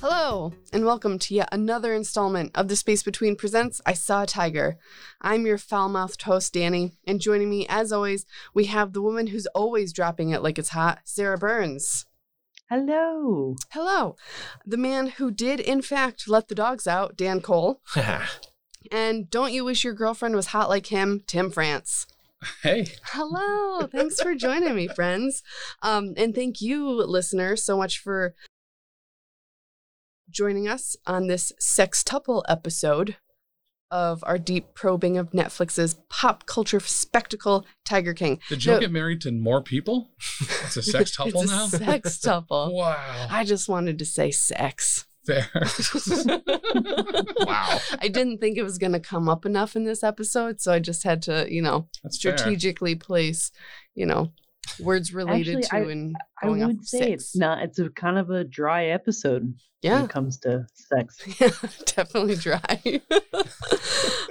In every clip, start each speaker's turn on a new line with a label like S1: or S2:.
S1: Hello, and welcome to yet another installment of The Space Between Presents I Saw a Tiger. I'm your foul mouthed host, Danny, and joining me, as always, we have the woman who's always dropping it like it's hot, Sarah Burns.
S2: Hello.
S1: Hello. The man who did, in fact, let the dogs out, Dan Cole. and don't you wish your girlfriend was hot like him, Tim France.
S3: hey,
S1: Hello. Thanks for joining me, friends. Um, and thank you, listeners, so much for joining us on this sextuple episode of our deep probing of Netflix's pop culture spectacle, Tiger King.
S3: did Joe
S1: No.
S3: get married to more people? It's a sextuple
S1: it's a
S3: now.
S1: Sextuple.
S3: wow,
S1: I just wanted to say sex.
S3: fair. wow,
S1: I didn't think it was going to come up enough in this episode, so I just had to, you know,
S3: that's strategic.
S1: strategically place, you know, words related
S2: Actually,
S1: to
S2: I-
S1: and
S2: I
S1: going off
S2: would
S1: of
S2: say
S1: sex.
S2: it's not. It's a kind of a dry episode when
S1: Yeah.
S2: it comes to sex.
S1: Yeah, definitely dry.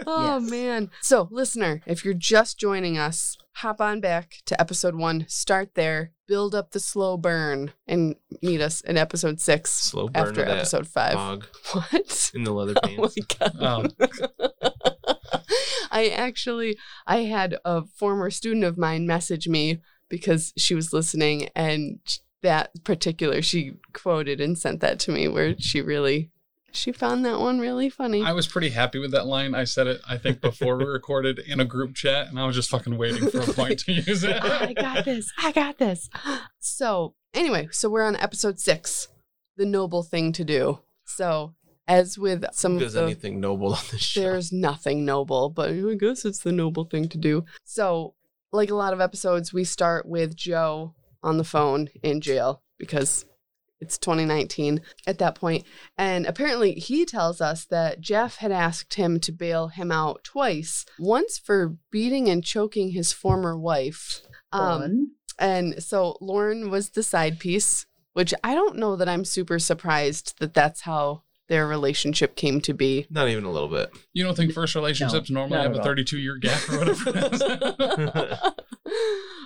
S1: oh
S2: Yes.
S1: man. So, listener, if you're just joining us, hop on back to episode 1, start there, build up the slow burn and meet us in episode 6
S4: slow burn
S1: after
S4: of that
S1: episode 5.
S4: fog
S1: What?
S4: in the leather
S1: Oh my
S4: pants.
S1: god.
S3: Oh,
S1: I actually I had a former student of mine message me because she was listening and that particular she quoted and sent that to me where she really she found that one really funny.
S3: I was pretty happy with that line. I said it, I think, before we recorded in a group chat, and I was just fucking waiting for a point to use it.
S1: I got Oh this. I got this. So, anyway, so we're on episode 6, the noble thing to do. So, as with some of
S4: Does
S1: the
S4: anything noble on this show?
S1: There's nothing noble, but I guess it's the noble thing to do. So, like a lot of episodes, we start with Joe on the phone in jail because it's 2019 at that point. And apparently, he tells us that Jeff had asked him to bail him out twice once for beating and choking his former wife. Um,
S2: Fun.
S1: And so Lauren was the side piece, which I don't know that I'm super surprised that that's how their relationship came to be.
S4: not even a little bit.
S3: You don't think first relationships normally
S2: not
S3: have
S2: at
S3: a
S2: all.
S3: 32 year gap or whatever? it is?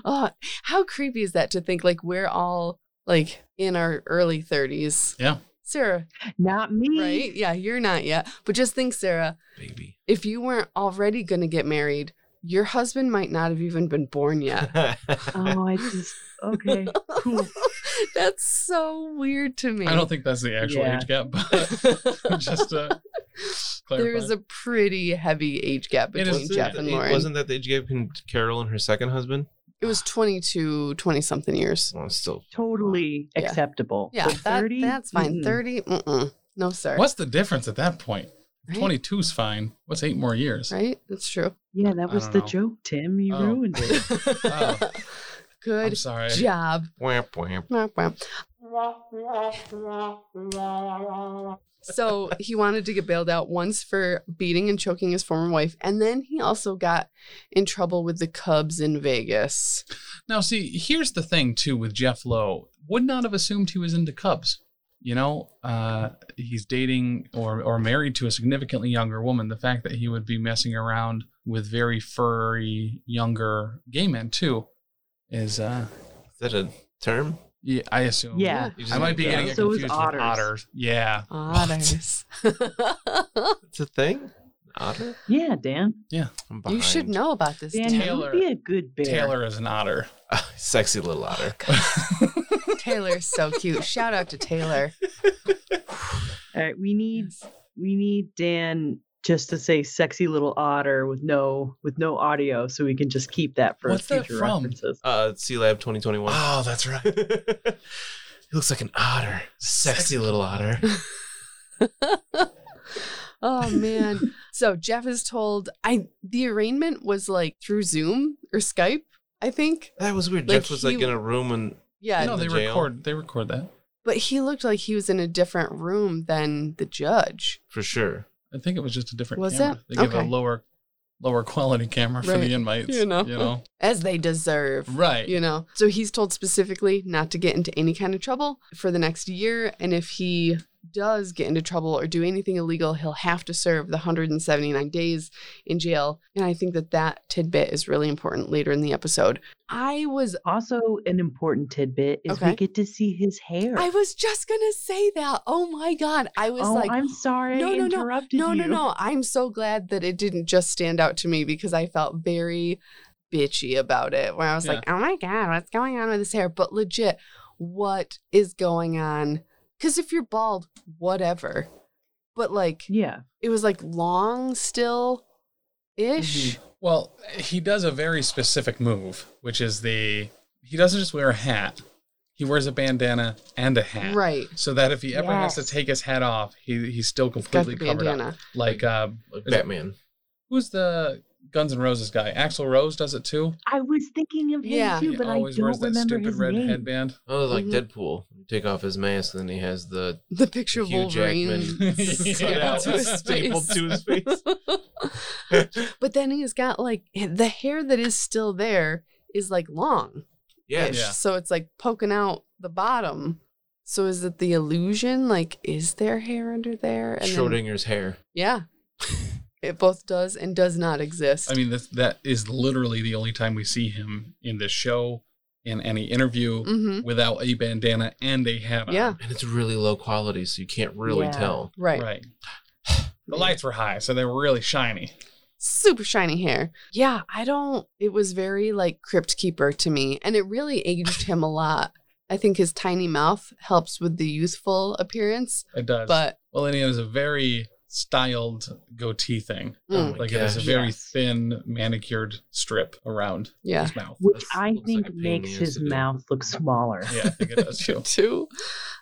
S1: oh, how creepy is that to think like we're all like in our early 30s?
S3: Yeah.
S1: Sarah,
S2: Not me.
S1: right? Yeah, you're not yet. But just think, Sarah,
S4: Baby.
S1: if you weren't already going to get married, your husband might not have even been born yet.
S2: Oh, I just okay. Cool.
S1: That's so weird to me.
S3: I don't think that's the actual
S2: Yeah.
S3: age gap, but just to clarify.
S1: There is a pretty heavy age gap
S3: It is-
S1: between Jeff and Lauren.
S4: Wasn't that they gave him Carol and her second husband?
S1: It was 22, 20 something years.
S4: Well, it's still
S2: Totally
S1: Yeah.
S2: acceptable.
S1: Yeah,
S2: But
S1: that,
S2: 30?
S1: that's fine.
S2: Mm-mm.
S1: 30, mm-mm. no, sir.
S3: What's the difference at that point?
S1: Right?
S3: 22's fine. What's eight more years?
S1: Right? That's true.
S2: Yeah, that
S3: I
S2: was
S3: don't
S2: the
S3: know.
S2: joke, Tim. You
S3: Oh.
S2: ruined it.
S3: Oh. I'm
S1: Good
S3: sorry.
S1: job.
S4: wamp wamp.
S1: Wah, wah. So he wanted to get bailed out once for beating and choking his former wife. And then he also got in trouble with the Cubs in Vegas.
S3: Now, see, here's the thing too with Jeff Lowe. Would not have assumed he was into Cubs. You know, uh, he's dating or or married to a significantly younger woman. The fact that he would be messing around with very furry younger gay men too is, uh,
S4: Is that a term?
S3: yeah, I assume.
S2: Yeah.
S4: You
S3: I might be
S4: Yeah.
S3: getting it
S2: So is
S3: confused
S2: otters.
S3: with otters. Yeah,
S1: Otters.
S4: It's a thing. Otter.
S2: Yeah, Dan.
S4: I'm
S1: you should
S4: behind.
S1: know about this.
S2: Dan,
S1: Dan.
S2: you
S3: Taylor-
S2: would be a good bear.
S3: Taylor is an otter.
S4: Ah, Sexy little
S1: Oh,
S4: otter.
S1: Taylor's so cute. Shout out to Taylor.
S2: All right, we need we need Dan just to say "sexy little otter" with no with no audio, so we can just keep that for
S3: What's that
S2: future
S3: from?
S2: references.
S4: Uh, C Lab 2021.
S3: Oh, that's right.
S4: he looks like an otter. Sexy little otter.
S1: Oh man. so Jeff is told I the arraignment was like through Zoom or Skype, I think.
S4: That was weird.
S1: Like
S4: Jeff was like
S1: he-
S4: in a room and
S1: Yeah.
S3: no,
S4: In
S3: they
S4: the jail.
S3: record. They record that.
S1: But he looked like he was in a different room than the judge.
S4: for sure.
S3: I think it was just a different
S1: Was
S3: camera.
S1: it?
S3: They give
S1: Okay.
S3: a lower lower quality camera for
S1: Right.
S3: the inmates.
S1: You know.
S3: You know.
S1: As they deserve.
S3: Right.
S1: You know. So he's told specifically not to get into any kind of trouble for the next year. And if he does get into trouble or do anything illegal, he'll have to serve the 179 days in jail. And I think that that tidbit is really important later in the episode. I was
S2: Also, an important tidbit is
S1: Okay.
S2: we get to see his hair.
S1: I was just going to say that. Oh my god. I was
S2: oh,
S1: like
S2: I'm sorry.
S1: No,
S2: I
S1: no, no.
S2: interrupted
S1: No, no,
S2: you.
S1: no. I'm so glad that it didn't just stand out to me because I felt very bitchy about it where I was like, oh my God, what's going on with this hair? But legit, what is going on? Because if you're bald, whatever. But like,
S2: Yeah.
S1: it was like long still ish.
S3: Mm-hmm. Well, he does a very specific move, which is the he doesn't just wear a hat. He wears a bandana and a hat.
S1: Right.
S3: So that if he ever has
S2: Yes.
S3: to take his hat off, he he's still
S1: It's got
S3: completely
S1: the
S3: covered up.
S1: bandana.
S3: Like uh
S4: Like
S3: Is it-
S4: Batman.
S3: who's the Guns N' Roses guy? Axl Rose does it too.
S2: I was thinking of him
S1: Yeah.
S2: too,
S3: He
S2: but I
S3: always
S2: don't
S3: wears that
S2: remember
S3: stupid
S2: his
S3: red
S2: name.
S3: headband.
S4: Oh, like
S1: Mhm.
S4: Deadpool. You take off his mask, and then he has the
S1: The picture of
S4: Hugh
S1: Wolverine
S4: Jackman.
S1: stapled
S3: Yeah.
S1: to his
S4: Stapled
S1: face.
S4: to his face.
S1: but then he's got like the hair that is still there is like long.
S4: yeah.
S1: ish.
S3: Yeah.
S1: So it's like poking out the bottom. So is it the illusion? Like, is there hair under there? And then-
S4: Schrodinger's hair.
S1: yeah. it both does and does not exist.
S3: I mean, that's, that is literally the only time we see him in this show, in any interview,
S1: mm-hmm.
S3: without a bandana and a hat on.
S1: Yeah.
S4: And it's really low quality, so you can't really
S2: Yeah.
S4: tell.
S1: Right.
S3: Right. The lights were high, so they were really shiny.
S1: Super shiny hair. Yeah. I don't, it was very like Crypt Keeper to me. And it really aged him a lot. I think his tiny mouth helps with the youthful appearance,
S3: It does.
S1: but
S3: well, and it was a very styled goatee thing.
S1: mm,
S4: my
S3: Like it was a
S4: gosh.
S3: very
S2: Yes.
S3: thin manicured strip around
S1: yeah.
S3: his mouth.
S2: Which
S4: That's-
S2: I
S4: looks like
S2: think
S4: a pain in the
S2: makes
S4: ass
S2: his
S4: to do.
S2: mouth look smaller.
S3: Yeah, I think it does
S1: do
S3: too.
S1: too.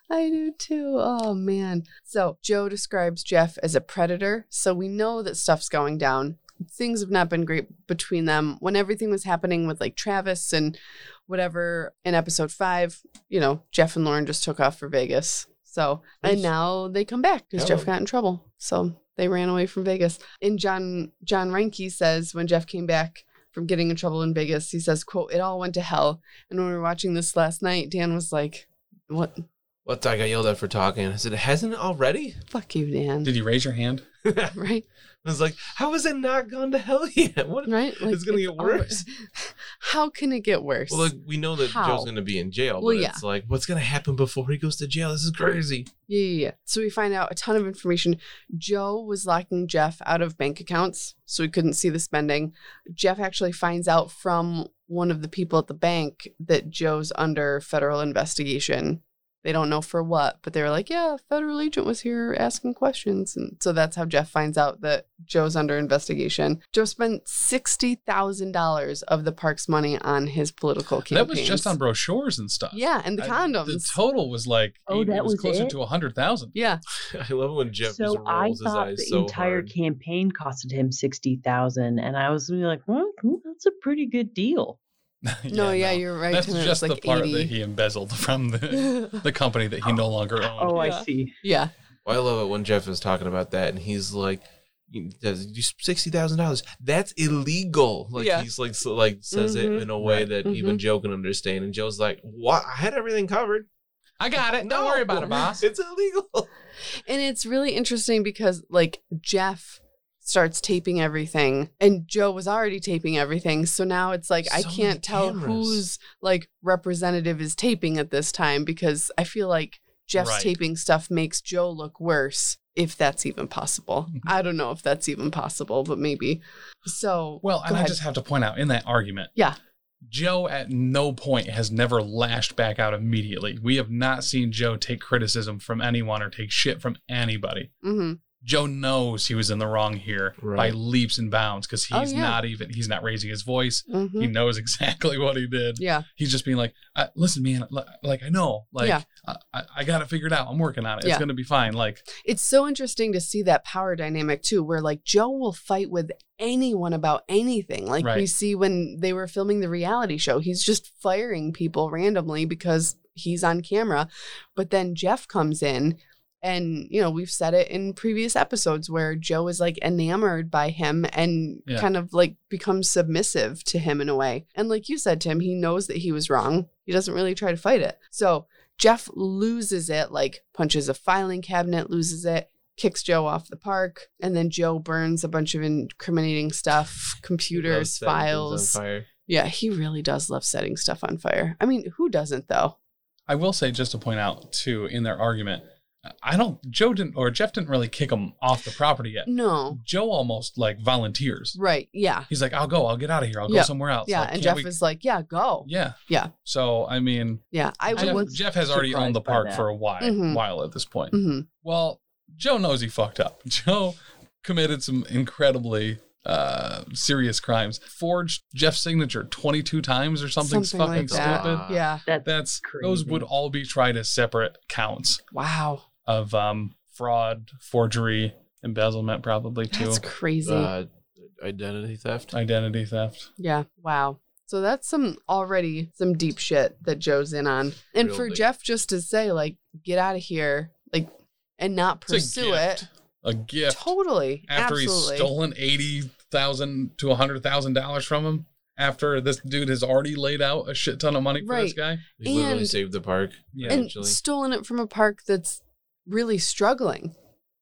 S1: I do too. Oh man. So Joe describes Jeff as a predator. So we know that stuff's going down. Things have not been great between them. When everything was happening with like Travis and whatever in episode five, you know, Jeff and Lauren just took off for Vegas. So and
S4: Nice.
S1: now they come back because Jeff
S4: Oh.
S1: got in trouble. So they ran away from Vegas. And John John Reinke says when Jeff came back from getting in trouble in Vegas, he says, quote, it all went to hell. And when we were watching this last night, Dan was like, What
S4: What I got yelled at for talking. I said, hasn't it already?
S1: fuck you, Dan.
S3: Did you raise your hand?
S4: I
S1: right?
S4: was like, how has it not gone to hell yet? What?
S1: Right?
S4: It's gonna get
S1: over.
S4: worse.
S1: How can it get worse?
S4: Well, like we know that
S1: How?
S4: Joe's gonna be in jail,
S1: Well,
S4: but
S1: yeah.
S4: it's like, what's gonna happen before he goes to jail? This is crazy.
S1: yeah, yeah, yeah. So we find out a ton of information. Joe was locking Jeff out of bank accounts, so he couldn't see the spending. Jeff actually finds out from one of the people at the bank that Joe's under federal investigation. They don't know for what, but they were like, yeah, a federal agent was here asking questions. And so that's how Jeff finds out that Joe's under investigation. Joe spent $60,000 of the park's money on his political campaign.
S3: That was just on brochures and stuff.
S1: Yeah, and the
S3: I-
S1: condoms.
S3: the total was like
S2: Oh,
S3: eight-
S2: that
S3: it was
S2: was
S3: closer
S2: it?
S3: to a hundred thousand.
S1: yeah,
S4: I love when Jeff just
S2: so I
S4: rolls his
S2: thought the
S4: eyes so
S2: entire
S4: hard.
S2: campaign costed him sixty thousand, and I was really like, well, ooh, that's a pretty good deal.
S1: no, yeah, you're right.
S3: That's
S1: Tim, it was
S3: just the
S1: like
S3: part
S1: 80.
S3: that he embezzled from the, the company that he no longer owned.
S2: Oh,
S1: Yeah.
S2: I see.
S1: yeah,
S4: Well, I love it when Jeff is talking about that, and he's like, you- does- you- sixty thousand dollars. That's illegal. Like
S1: Yeah.
S4: he's like, so, like says
S1: Mhm.
S4: it in a way
S3: Right.
S4: that
S1: Mhm.
S4: even Joe can understand. And Joe's like, "What? I had everything covered.
S3: I got it. Don't
S4: No.
S3: worry about it, boss.
S4: It's illegal."
S1: and it's really interesting because like Jeff starts taping everything, and Joe was already taping everything, so now it's like I
S4: So many
S1: can't tell
S4: cameras.
S1: whose like representative is taping at this time because I feel like Jeff's
S3: Right.
S1: taping stuff makes Joe look worse. If that's even possible,
S3: Mm-hmm.
S1: I don't know if that's even possible, but maybe. So
S3: Well,
S1: go
S3: and I
S1: ahead.
S3: just have to point out in that argument.
S1: Yeah.
S3: Joe at no point has never lashed back out immediately. We have not seen Joe take criticism from anyone or take shit from anybody.
S1: Mhm.
S3: Joe knows he was in the wrong here by
S4: Right.
S3: leaps and bounds because
S1: Oh,
S3: he's
S1: yeah.
S3: not even he's not raising his voice.
S1: Mhm.
S3: He knows exactly what he did.
S1: yeah,
S3: He's just being like, uh, "Listen, man, li- like I know, like
S1: Yeah.
S3: I, I, I got it figured out. I'm working on it. It's
S1: Yeah.
S3: gonna be fine." Like,
S1: it's so interesting to see that power dynamic too, where like Joe will fight with anyone about anything. Like we
S3: Right.
S1: see when they were filming the reality show, he's just firing people randomly because he's on camera. But then Jeff comes in, and you know, we've said it in previous episodes where Joe is like enamored by him and
S3: Yeah.
S1: kind of like becomes submissive to him in a way. And like you said, Tim, he knows that he was wrong, he doesn't really try to fight it. So Jeff loses it, like punches a filing cabinet, loses it, kicks Joe off the park, and then Joe burns a bunch of incriminating stuff, computers,
S4: Loves setting things on
S1: files.
S4: fire.
S1: Yeah, he really does love setting stuff on fire. I mean, who doesn't though?
S3: I will say just to point out too in their argument, I don't Joe didn't or Jeff didn't really kick him off the property yet.
S1: No.
S3: Joe almost like volunteers.
S1: Right. Yeah.
S3: He's like, "I'll go. I'll get out of here. I'll
S1: Yeah.
S3: go somewhere else."
S1: Yeah.
S3: Like,
S1: and
S3: can't
S1: Jeff
S3: we-
S1: is like, yeah, go. Yeah.
S3: Yeah. So I mean,
S1: Yeah. I would.
S3: Jeff,
S1: was-
S3: Jeff has already
S2: surprised
S3: owned the
S2: by
S3: park
S2: that.
S3: for a while,
S1: Mhm.
S3: while at this point.
S1: Mhm.
S3: Well, Joe knows he fucked up. Joe committed some incredibly uh serious crimes. Forged Jeff's signature 22 times or something,
S1: Something
S3: fucking
S1: like that.
S3: stupid.
S4: Ah.
S1: Yeah.
S2: That's
S3: That's those
S2: Crazy.
S3: would all be tried as separate counts
S1: Wow.
S3: of um fraud, forgery, embezzlement probably too.
S1: That's crazy.
S4: Uh, identity theft.
S3: Identity theft.
S1: Yeah. Wow. So that's some already some deep shit that Joe's in on. And
S4: Real
S1: for
S4: deep.
S1: Jeff just to say, like, get out of here, like, and not
S3: It's a
S1: pursue it.
S3: gift. A gift.
S1: Totally.
S3: after
S1: absolutely.
S3: he's stolen eighty thousand to hundred thousand dollars from him. After this dude has already laid out a shit ton of money for this
S1: Right.
S3: guy.
S4: He literally
S1: and-
S4: saved the park.
S3: Yeah.
S1: and
S4: actually.
S1: stolen it from a park that's really struggling.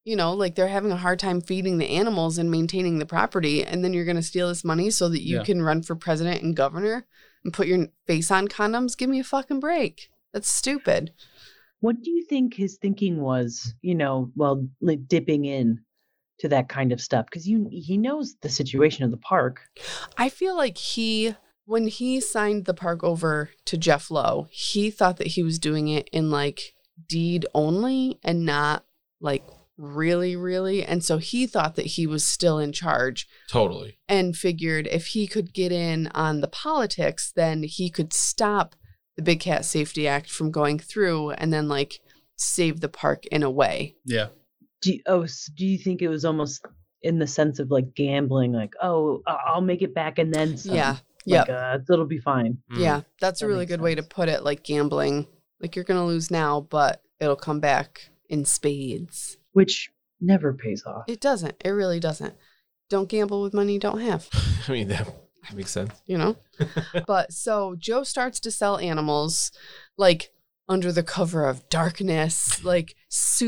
S1: You know, like they're having a hard time feeding the animals and maintaining the property. And then you're going to steal this money so that you
S3: Yeah.
S1: can run for president and governor and put your face on condoms. Give me a fucking break. That's stupid.
S2: What do you think his thinking was, you know, while like, dipping in to that kind of stuff? Because you he knows the situation of the park.
S1: I feel like he, when he signed the park over to Jeff Lowe, he thought that he was doing it in like deed only and not like really, really. And so he thought that he was still in charge
S4: Totally.
S1: and figured if he could get in on the politics, then he could stop the Big Cat Safety Act from going through and then like save the park in a way.
S3: Yeah.
S2: Do you, oh, s- do you think it was almost in the sense of like gambling, like oh, I- I'll make it back and then some.
S1: Yeah.
S2: like,
S1: Yep.
S2: uh, it'll be fine.
S4: Mm.
S1: Yeah, that's a
S2: That
S1: really
S2: makes
S1: good way to put it. Like gambling, like you're gonna lose now, but it'll come back in spades.
S2: Which never pays off.
S1: It doesn't. It really doesn't. Don't gamble with money you don't have.
S4: I mean that makes sense.
S1: You know. but so Joe starts to sell animals, like under the cover of darkness, like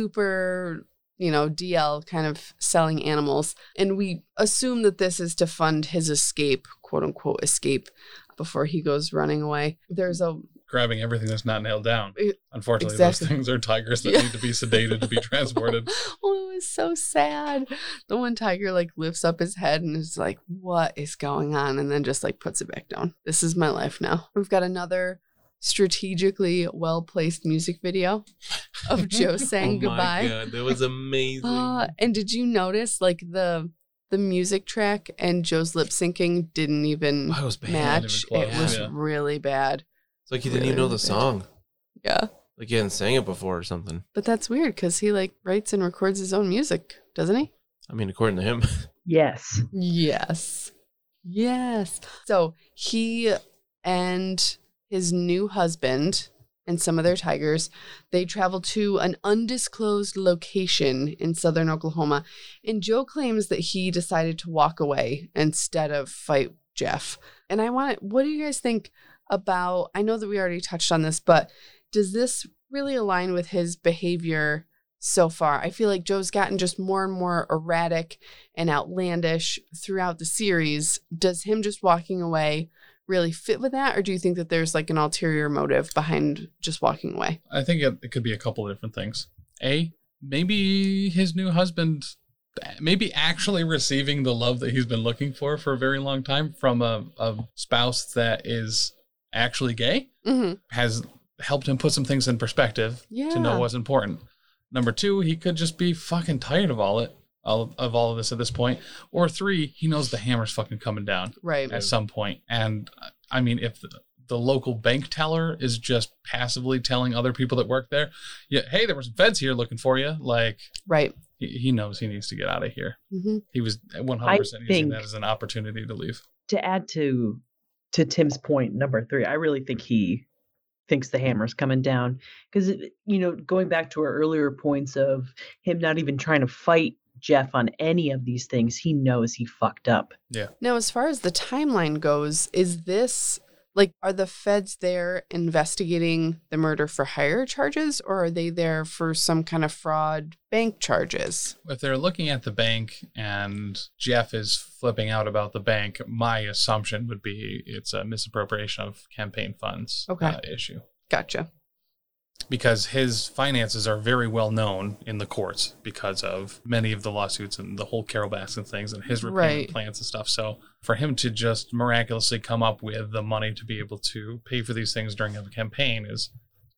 S1: super. You know, DL kind of selling animals. And we assume that this is to fund his escape, quote unquote, escape before he goes running away. There's a
S3: Grabbing everything that's not nailed down.
S1: It-
S3: Unfortunately,
S1: exactly.
S3: those things are tigers that
S1: Yeah.
S3: need to be sedated to be transported.
S1: oh, it was so sad. The one tiger like lifts up his head and is like, "What is going on?" and then just like puts it back down. This is my life now. We've got another strategically well-placed music video of Joe saying
S4: Oh My
S1: goodbye.
S4: God, that was amazing.
S1: Uh, and did you notice like the the music track and Joe's lip syncing didn't even
S4: Wow, it was bad.
S1: match?
S3: Not even
S1: It
S4: close,
S1: was
S3: yeah.
S1: really bad.
S4: It's like he didn't even know
S1: Really
S4: the
S1: bad.
S4: song.
S1: Yeah.
S4: Like he hadn't sang it before or something.
S1: But that's weird because he like writes and records his own music, doesn't he?
S4: I mean, according to him.
S2: Yes.
S1: Yes. Yes. So he and his new husband and some of their tigers, they travel to an undisclosed location in southern Oklahoma. And Joe claims that he decided to walk away instead of fight Jeff. And I want to, what do you guys think about? I know that we already touched on this, but does this really align with his behavior so far? I feel like Joe's gotten just more and more erratic and outlandish throughout the series. Does him just walking away really fit with that, or do you think that there's like an ulterior motive behind just walking away?
S3: I think it, it could be a couple of different things. A, maybe his new husband, maybe actually receiving the love that he's been looking for for a very long time from a, a spouse that is actually gay
S1: Mm-hmm.
S3: has helped him put some things in perspective
S1: Yeah.
S3: to know what's important. Number two, he could just be fucking tired of all it, all of all of this at this point. Or three, he knows the hammer's fucking coming down
S1: Right.
S3: at some point. And uh, I mean, if the, the local bank teller is just passively telling other people that work there, yeah, hey, there were some feds here looking for you. Like
S1: Right.
S3: he, he knows he needs to get out of here.
S1: hmm
S3: He was 100 percent using
S2: think-
S3: that as an opportunity to leave.
S2: To add to to Tim's point number 3, I really think he thinks the hammer's coming down because you know, going back to our earlier points of him not even trying to fight Jeff on any of these things, he knows he fucked up.
S1: Now, as far as the timeline goes, is this Like, are the feds there investigating the murder for hire charges or are they there for some kind of fraud bank charges?
S3: If they're looking at the bank and Jeff is flipping out about the bank, my assumption would be it's a misappropriation of campaign funds
S1: Okay.
S3: uh, issue
S1: Gotcha.
S3: because his finances are very well known in the courts because of many of the lawsuits and the whole Carol Baskin things and his repayment
S1: Right.
S3: plans and stuff. So for him to just miraculously come up with the money to be able to pay for these things during a campaign is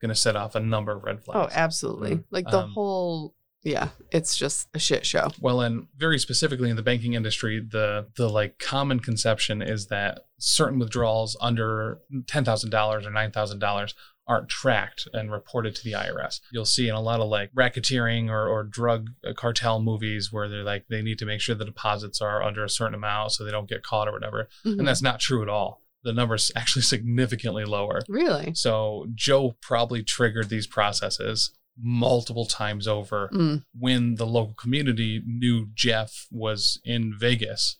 S3: going to set off a number of red
S1: Oh,
S3: flags.
S1: absolutely. Like, the
S3: Um,
S1: whole, yeah, it's just a shit show.
S3: Well, and very specifically in the banking industry, the the like common conception is that certain withdrawals under ten thousand dollars or nine thousand dollars aren't tracked and reported to the IRS. You'll see in a lot of like racketeering or, or drug cartel movies where they're like they need to make sure the deposits are under a certain amount so they don't get caught or whatever.
S1: Mhm.
S3: And that's not true at all. The number's actually significantly lower.
S1: really?
S3: So Joe probably triggered these processes multiple times over
S1: Mm,
S3: when the local community knew Jeff was in Vegas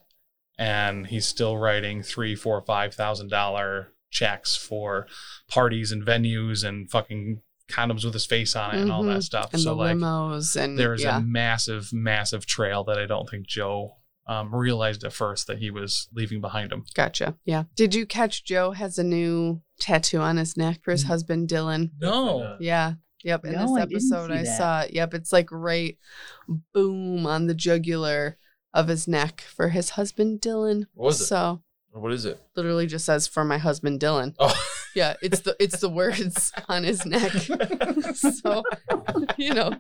S3: and he's still writing three, four, five thousand dollar checks for parties and venues and fucking condoms with his face on it and all that
S1: Mhm.
S3: stuff.
S1: and
S3: so
S1: the
S3: like
S1: limos and
S3: there's
S1: yeah.
S3: a massive, massive trail that I don't think Joe um, realized at first that he was leaving behind him.
S1: Gotcha. Yeah. Did you catch Joe has a new tattoo on his neck for his
S3: Mm.
S1: husband Dylan?
S2: Oh.
S3: No.
S1: Yeah. Yep. In
S2: No,
S1: this
S2: I didn't
S1: episode,
S2: see
S1: I,
S2: that.
S1: saw it. Yep. It's like right boom on the jugular of his neck for his husband Dylan.
S4: What was it?
S1: So
S4: Or what is it?
S1: literally just says for my husband Dylan.
S4: Oh,
S1: Yeah. It's the it's the words on his neck. so you know.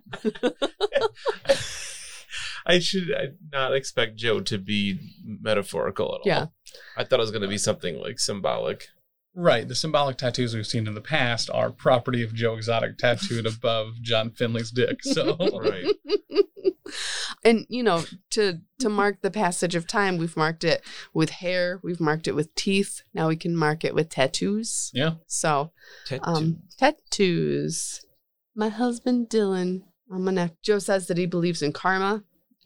S4: I should I not expect Joe to be metaphorical at
S1: Yeah.
S4: all. I thought it was going to be something like symbolic.
S3: Right. The symbolic tattoos we've seen in the past are property of Joe Exotic tattooed above John Finley's dick. So
S4: Right.
S1: and you know to to mark the passage of time we've marked it with hair we've marked it with teeth now we can mark it with tattoos
S3: yeah.
S1: so
S4: Tattoo.
S1: um tattoos my husband dylan on my neck joe says that he believes in karma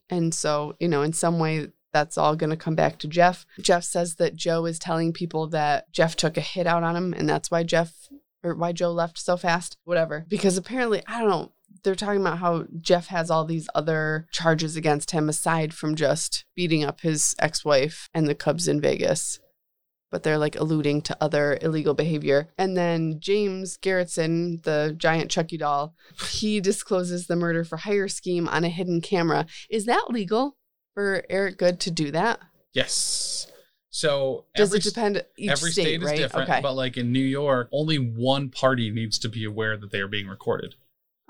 S1: and so you know in some way that's all going to come back to jeff jeff says that joe is telling people that jeff took a hit out on him and that's why jeff or why joe left so fast whatever because apparently i don't know they're talking about how Jeff has all these other charges against him aside from just beating up his ex wife and the Cubs in Vegas. But they're like alluding to other illegal behavior. And then James Garrettson, the giant Chucky doll, he discloses the murder for hire scheme on a hidden camera. Is that legal for Eric Good to do that?
S3: Yes. So
S1: Does
S3: every,
S1: it depend? Each
S3: every
S1: state,
S3: state, is
S1: right?
S3: different,
S1: okay.
S3: but like in New York, only one party needs to be aware that they are being recorded,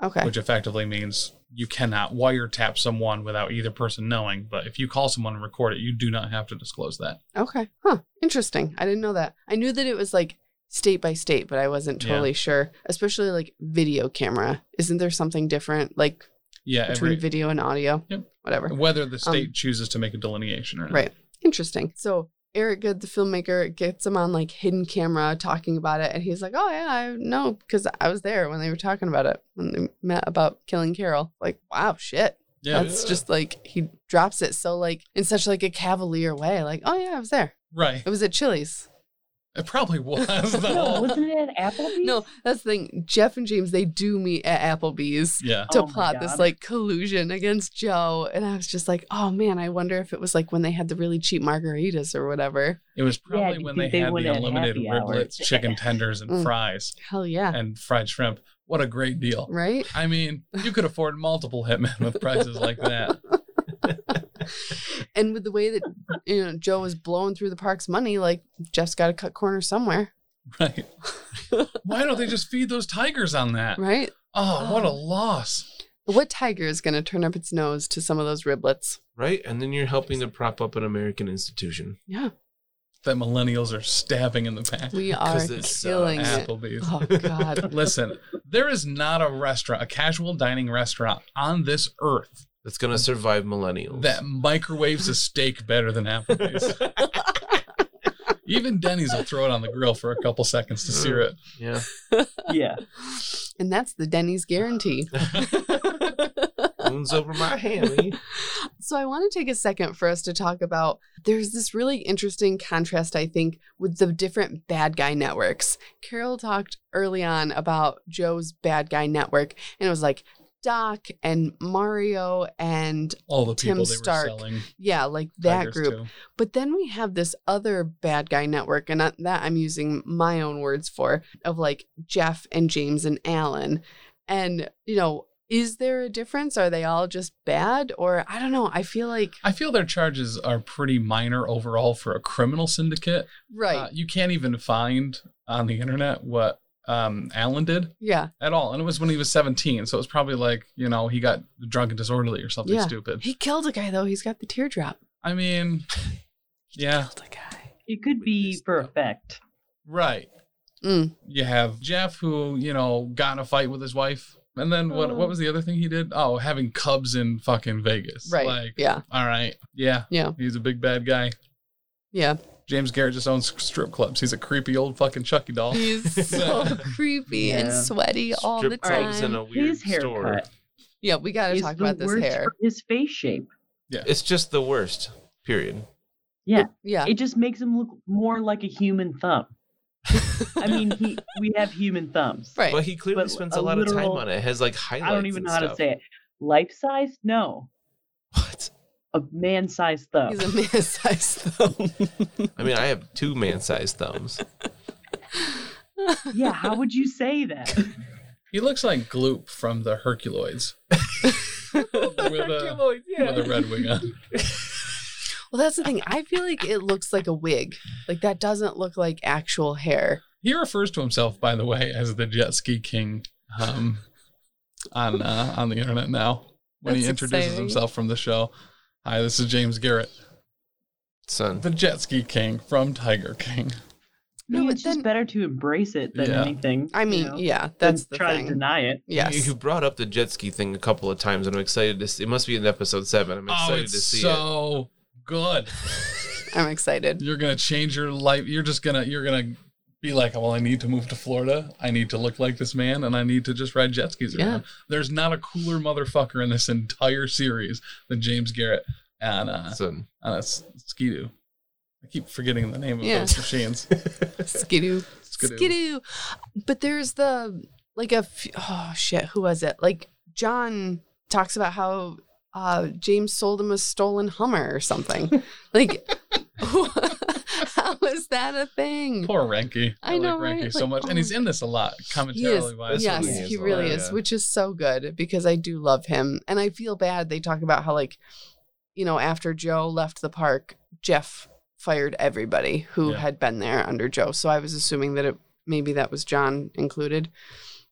S1: okay.
S3: which effectively means you cannot wiretap someone without either person knowing. But if you call someone and record it, you do not have to disclose that.
S1: Okay. Huh. Interesting. I didn't know that. I knew that it was like state by state, but I wasn't
S3: Yeah.
S1: totally sure. Especially like video camera. Isn't there something different like
S3: Yeah,
S1: between
S3: every,
S1: video and audio?
S3: Yep.
S1: Whatever.
S3: whether the state
S1: um,
S3: chooses to make a delineation or not.
S1: Right. Interesting. So Eric Good, the filmmaker, gets him on like hidden camera talking about it, and he's like, "Oh yeah, I know because I was there when they were talking about it when they met about killing Carol." Like, wow, shit.
S3: Yeah.
S1: That's just like he drops it so like in such like a cavalier way, like, "Oh yeah, I was there.
S3: Right.
S1: It was at Chili's."
S3: It probably was.
S1: No,
S2: No,
S3: though.
S2: wasn't it at Applebee's?
S1: No, that's the thing. Jeff and James, they do meet at Applebee's
S3: yeah.
S1: to
S2: Oh my
S1: plot this
S2: God.
S1: like collusion against Joe. And I was just like, oh man, I wonder if it was like when they had the really cheap margaritas or whatever.
S3: It was
S2: Yeah,
S3: probably
S2: do you
S3: when they
S2: think they
S3: had
S2: went
S3: the
S2: at
S3: unlimited
S2: happy hour?
S3: riblets, chicken tenders, and
S1: Mm.
S3: fries
S1: Hell yeah.
S3: and fried shrimp. What a great deal.
S1: Right?
S3: I mean, you could afford multiple hitmen with prices like that.
S1: And with the way that you know Joe was blowing through the park's money, like Jeff's got to cut corners somewhere,
S3: Right. Why don't they just feed those tigers on that?
S1: right?
S3: Oh, what a
S1: Oh.
S3: loss.
S1: What tiger is going to turn up its nose to some of those riblets?
S4: right? And then you're helping to prop up an American institution.
S1: Yeah,
S3: That millennials are stabbing in the back.
S1: we are
S4: 'Cause it's, uh,
S1: killing it.
S3: Applebee's.
S1: Oh God,
S3: Listen, there is not a restaurant, a casual dining restaurant on this earth
S4: That's going to survive millennials.
S3: that microwaves a steak better than Applebee's. Even Denny's will throw it on the grill for a couple seconds to sear it.
S4: yeah.
S2: Yeah.
S1: and that's the Denny's guarantee.
S4: balloons over my hammy.
S1: So I want to take a second for us to talk about there's this really interesting contrast I think with the different bad guy networks. Carol talked early on about Joe's bad guy network and it was like Doc and Mario and
S3: All the people
S1: Tim
S3: they were
S1: Stark,
S3: selling
S1: yeah, like that
S3: tigers
S1: group.
S3: to.
S1: But then we have this other bad guy network, and that that I'm using my own words for, of like Jeff and James and Alan. And, you know, is there a difference? Are they all just bad? Or I don't know. I feel like,
S3: I feel their charges are pretty minor overall for a criminal syndicate.
S1: right.
S3: Uh, you can't even find on the internet what um, Alan did
S1: yeah.
S3: at all, and it was when he was 17, so it was probably like you know he got drunk and disorderly or something
S1: Yeah.
S3: stupid.
S1: He killed a guy, though. He's got the teardrop.
S3: I mean, yeah,
S1: Killed a guy.
S2: It could
S3: We
S2: be
S3: just
S2: for
S3: don't-
S2: effect.
S3: right.
S1: Mm.
S3: You have Jeff, who you know got in a fight with his wife, and then what?
S1: Oh.
S3: What was the other thing he did? Oh, having Cubs in fucking Vegas.
S1: Right.
S3: Like,
S1: yeah.
S3: all right, yeah,
S1: Yeah.
S3: he's a big bad guy.
S1: Yeah.
S3: James Garrett just owns strip clubs. He's a creepy old fucking Chucky doll.
S1: He's so creepy and
S2: Yeah.
S1: sweaty all the
S4: Strip clubs
S1: time.
S4: in a weird
S2: His haircut
S4: store.
S1: yeah. We got to
S2: is
S1: talk
S2: the
S1: about this
S2: worst
S1: hair.
S2: for his face shape.
S4: It's just the worst. Period.
S1: Yeah.
S2: It just makes him look more like a human thumb. I mean, he, we have human thumbs.
S1: right.
S4: But he clearly
S2: But
S4: spends
S2: a
S4: a lot of time
S2: literal-
S4: on it. It has like highlights.
S2: I don't even
S4: and
S2: know how to
S4: stuff.
S2: say it. Life size? No,
S4: What?
S2: a man-sized thumb.
S1: He's a man sized thumb.
S4: I mean, I have two man-sized thumbs.
S2: yeah, how would you say that?
S3: He looks like Gloop from the Herculoids with a, with a red wing on.
S1: Well, that's the thing. I feel like it looks like a wig. Like that doesn't look like actual hair.
S3: He refers to himself, by the way, as the jet ski king um, on uh, on the internet now. When he
S1: That's
S3: introduces
S1: exciting.
S3: himself from the show, hi, this is James Garrett,
S4: Son,
S3: the jet ski king from Tiger King.
S1: No,
S2: No,
S1: but
S2: it's
S1: then-
S2: just better to embrace it than
S3: Yeah.
S2: anything.
S1: I
S2: you
S1: mean,
S2: know,
S1: yeah,
S2: than
S1: that's the
S2: try
S1: thing.
S2: to deny it.
S1: yes.
S4: You, you brought up the jet ski thing a couple of times, and I'm excited to see. It must be in episode seven. I'm
S3: Oh,
S4: excited
S3: it's
S4: to see it.
S3: so good.
S1: I'm excited.
S3: You're gonna change your life. You're just gonna you're gonna be like, well, I need to move to Florida. I need to look like this man, and I need to just ride jet skis around. There's not a cooler motherfucker in this entire series than James Garrett uh, on a,
S4: Son,
S3: on a s- Oh, skidoo. I keep forgetting the name of
S1: Yeah.
S3: those machines.
S1: Skidoo.
S3: Skidoo.
S1: Skidoo. But there's the, like a, f- oh shit, who was it? Like John talks about how uh, James sold him a stolen Hummer or something. like, how is that a thing?
S3: Poor Renke. I,
S1: I know,
S3: like Renke
S1: right?
S3: so
S1: Like,
S3: much,
S1: oh
S3: and he's
S1: my-
S3: in this a lot,
S1: He is.
S3: commentary wise.
S4: This
S1: yes,
S4: one he is
S1: he
S4: a
S1: really
S4: lot,
S1: is,
S4: yeah.
S1: which is so good because I do love him. And I feel bad. They talk about how, like, you know, after Joe left the park, Jeff fired everybody who
S3: Yeah.
S1: had been there under Joe. So I was assuming that it maybe that was John included,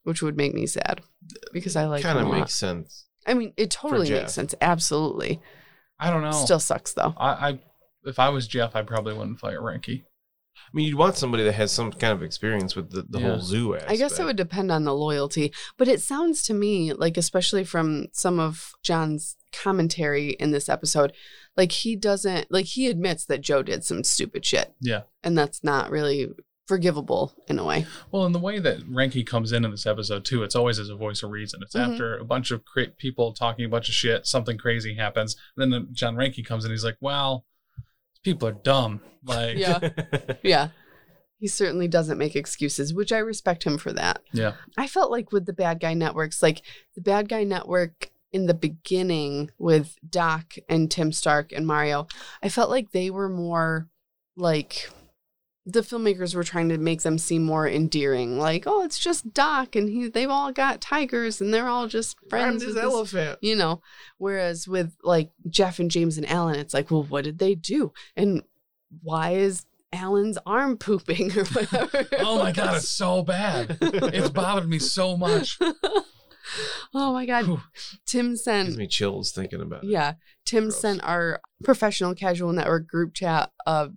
S1: which would make me sad because I like
S4: kind
S1: him
S4: of
S1: a lot.
S4: makes sense.
S1: I mean, it totally
S4: Jeff.
S1: makes sense. Absolutely.
S3: I don't know.
S1: Still sucks though.
S3: I, I if I was Jeff, I probably wouldn't fire Renke.
S4: I mean, you'd want somebody that has some kind of experience with the, the
S3: Yeah.
S4: whole zoo aspect.
S1: I guess it would depend on the loyalty, but it sounds to me like, especially from some of John's commentary in this episode, like he doesn't, like he admits that Joe did some stupid shit.
S3: Yeah.
S1: And that's not really forgivable in a way.
S3: Well, and the way that Renke comes in in this episode too, it's always as a voice of reason. It's
S1: Mhm.
S3: after a bunch of cra- people talking a bunch of shit, something crazy happens, and then John Renke comes in. He's like, "Well, people are dumb." Like,
S1: Yeah. Yeah. He certainly doesn't make excuses, which I respect him for that.
S3: Yeah.
S1: I felt like with the bad guy networks, like the bad guy network in the beginning with Doc and Tim Stark and Mario, I felt like they were more like the filmmakers were trying to make them seem more endearing. Like, oh, it's just Doc and he they've all got tigers and they're all just
S4: I'm
S1: friends.
S4: this
S1: with this
S4: elephant.
S1: you know whereas with like jeff and james and alan it's like well what did they do and why is alan's arm pooping or whatever
S3: Oh my god, it's so bad. It's bothered me so much.
S1: oh my god
S3: Whew.
S1: tim
S4: Gives
S1: sent
S4: me chills thinking about it.
S1: yeah tim
S4: Gross.
S1: sent our professional casual network group chat uh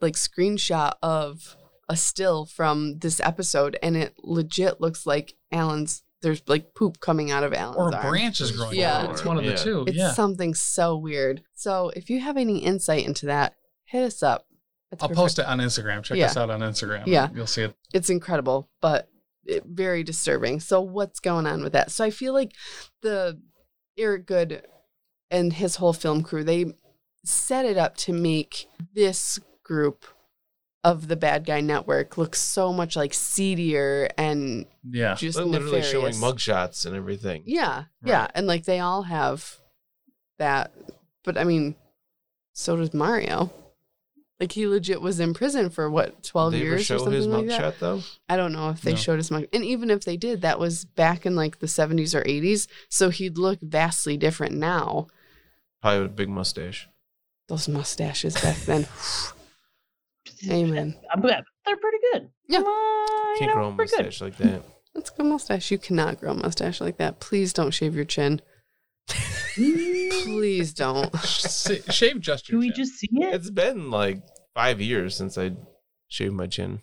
S1: like screenshot of a still from this episode and it legit looks like alan's there's like poop coming out of alan's
S3: Or
S1: arm.
S3: branches growing.
S1: Yeah.
S3: out. it's one of the
S4: Yeah.
S3: two.
S1: It's
S3: yeah.
S1: something so weird. So if you have any insight into that, hit us up. It's
S3: I'll
S1: perfect.
S3: post it on Instagram. Check
S1: Yeah.
S3: us out on Instagram.
S1: Yeah.
S3: You'll see it.
S1: It's incredible, but it, very disturbing. So what's going on with that? So I feel like the Eric Good and his whole film crew, they set it up to make this group of the bad guy network look so much like seedier and
S3: Yeah.
S1: just
S4: They're literally
S1: nefarious.
S4: showing mugshots and everything.
S1: Yeah, yeah,
S3: Right.
S1: and like they all have that, but I mean, so does Mario. Like he legit was in prison for what twelve
S4: Did they ever
S1: years
S4: show
S1: or something
S4: his
S1: like that.
S4: mugshot though?
S1: I don't know if they
S3: No.
S1: showed his mug, and even if they did, that was back in like the seventies or eighties, so he'd look vastly different now.
S4: Probably with a big mustache.
S1: Those mustaches back then, amen.
S2: I'm glad they're pretty good.
S1: Yeah.
S2: Uh, you
S4: Can't
S2: know,
S4: grow a
S2: pretty good.
S4: mustache like that.
S1: Let's go mustache. You cannot grow a mustache like that. Please don't shave your chin. Please don't.
S3: Sh- shave just your
S2: Can we
S3: chin.
S2: just see it?
S4: It's been like five years since I shaved my chin.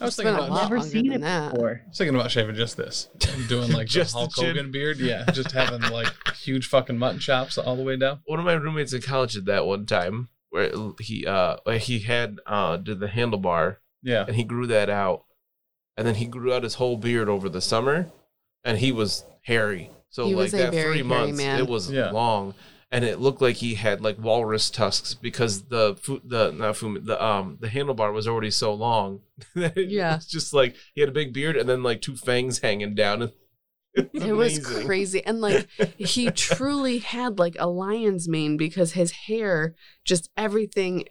S3: I was
S1: It's
S3: thinking
S1: been a
S3: about
S1: lot
S2: Never
S1: longer
S2: seen
S1: than
S2: it
S1: that.
S2: before.
S3: I was thinking about shaving just this, doing like
S4: Just
S3: the Hulk
S4: the chin.
S3: Hogan beard. Yeah, just having like huge fucking mutton chops all the way down.
S4: One of my roommates in college did that one time where he uh like, he had uh did the handlebar
S3: Yeah,
S4: and he grew that out, and then he grew out his whole beard over the summer, and he was hairy. So
S1: He
S4: like
S1: was a
S4: that
S1: very
S4: three
S1: hairy
S4: months,
S1: man.
S4: it was
S3: Yeah.
S4: long, and it looked like he had like walrus tusks because the fu- the not fu- the um the handlebar was already so long. that it
S1: Yeah.
S4: was just like he had a big beard and then like two fangs hanging down.
S1: It was crazy. And like he truly had like a lion's mane because his hair, just everything,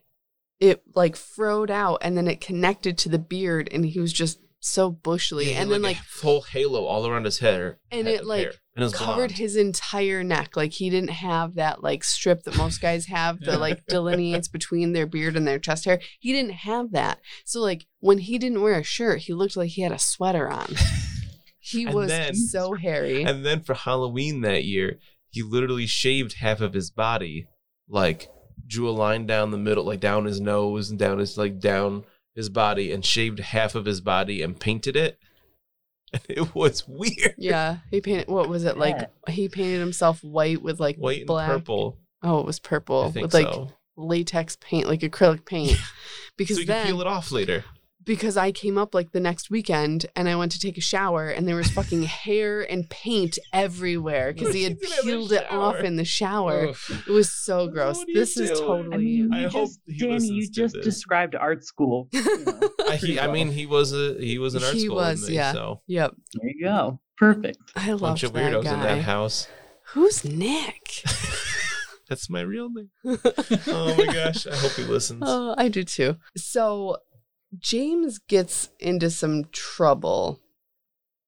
S1: it like frowed out and then it connected to the beard and he was just so bushly. and then like
S4: full halo all around his hair,
S1: And
S4: head-
S1: it, like,
S4: hair. and it was
S1: covered
S4: blonde.
S1: his entire neck. Like he didn't have that like strip that most guys have
S3: Yeah.
S1: that like delineates between their beard and their chest hair. He didn't have that. So like when he didn't wear a shirt, he looked like he had a sweater on. He
S4: And
S1: was
S4: then-
S1: so hairy.
S4: And then for Halloween that year, he literally shaved half of his body, like drew a line down the middle, like down his nose and down his like down his body, and shaved half of his body and painted it. And it was weird,
S1: Yeah, he painted. What was it like? He painted himself white with like
S4: white and
S1: black.
S4: purple.
S1: Oh, it was
S4: I
S1: purple
S4: think
S1: with like
S4: so.
S1: latex paint, like acrylic paint.
S4: So
S1: Because
S4: you can
S1: then,
S4: peel it off later.
S1: because I came up like the next weekend and I went to take a shower and there was fucking hair and paint everywhere because he had
S4: He's in the
S1: peeled it off
S4: shower. Oh.
S1: in the shower.
S3: Oof.
S1: It was so
S4: What
S1: gross.
S4: are you
S1: This is
S4: doing?
S1: totally.
S2: I mean,
S4: I
S2: you
S4: hope
S2: just,
S4: he
S2: Danny, you
S4: listens to
S2: just
S4: this.
S2: described art school. You know, there
S4: I, he, I mean, he was a he was an art
S1: He
S4: school.
S1: was,
S4: inmate,
S1: yeah.
S4: So
S1: yep.
S2: you go. Perfect.
S1: I love
S4: bunch
S1: that
S4: of weirdos
S1: guy.
S4: in that house.
S1: Who's Nick?
S4: That's my real name. Oh my gosh! I hope he listens.
S1: Oh, I do too. So James gets into some trouble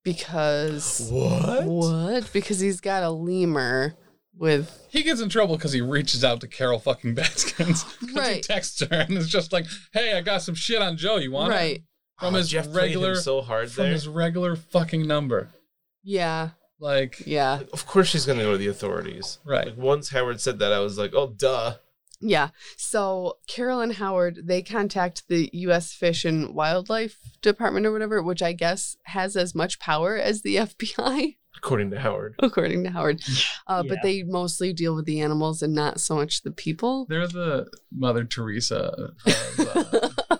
S1: because
S4: What?
S1: Because he's got a lemur with
S3: He gets in trouble because he reaches out to Carol fucking Baskins. 'Cause He
S1: Right.
S3: texts her and it's just like, "Hey, I got some shit on Joe. You want
S1: right.
S3: From his
S4: Jeff played him
S3: regular-
S4: so
S3: it?"
S4: hard
S3: From
S4: there.
S3: his regular fucking number.
S1: Yeah,
S3: Like,
S1: yeah,
S4: Of course she's gonna go to the authorities.
S3: right?
S4: Like once Howard said that, I was like, oh duh.
S1: yeah. So Carol and Howard they contact the U.S. Fish and Wildlife Department or whatever, which I guess has as much power as the FBI,
S4: According to Howard.
S1: according to Howard. Uh,
S2: Yeah.
S1: But they mostly deal with the animals and not so much the people.
S3: They're the Mother Teresa of uh,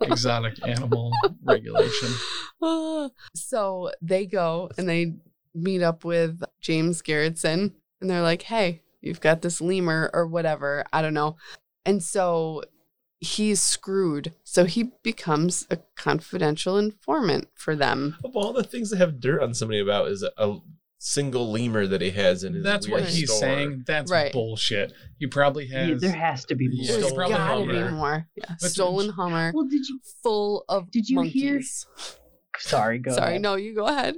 S3: exotic animal regulation.
S1: Ah. so they go and they meet up with James Garrettson and they're like, hey, you've got this lemur or whatever. I don't know. And so he's screwed. So he becomes a confidential informant for them.
S4: Of all the things to have dirt on somebody about is a, a single lemur that he has in his
S3: That's what
S4: weird
S3: he's
S4: store.
S3: saying. That's
S1: Right.
S3: bullshit. He probably
S2: Yeah,
S3: has.
S2: there has to be more.
S3: Yeah.
S1: There's
S3: Stolen
S1: gotta
S3: Hummer.
S1: be more. Yeah.
S3: But-
S1: Stolen Hummer
S2: Well, did you?
S1: full of
S2: Did you hear-
S1: monkeys.
S2: Sorry, go.
S1: Sorry,
S2: ahead.
S1: no, you go ahead.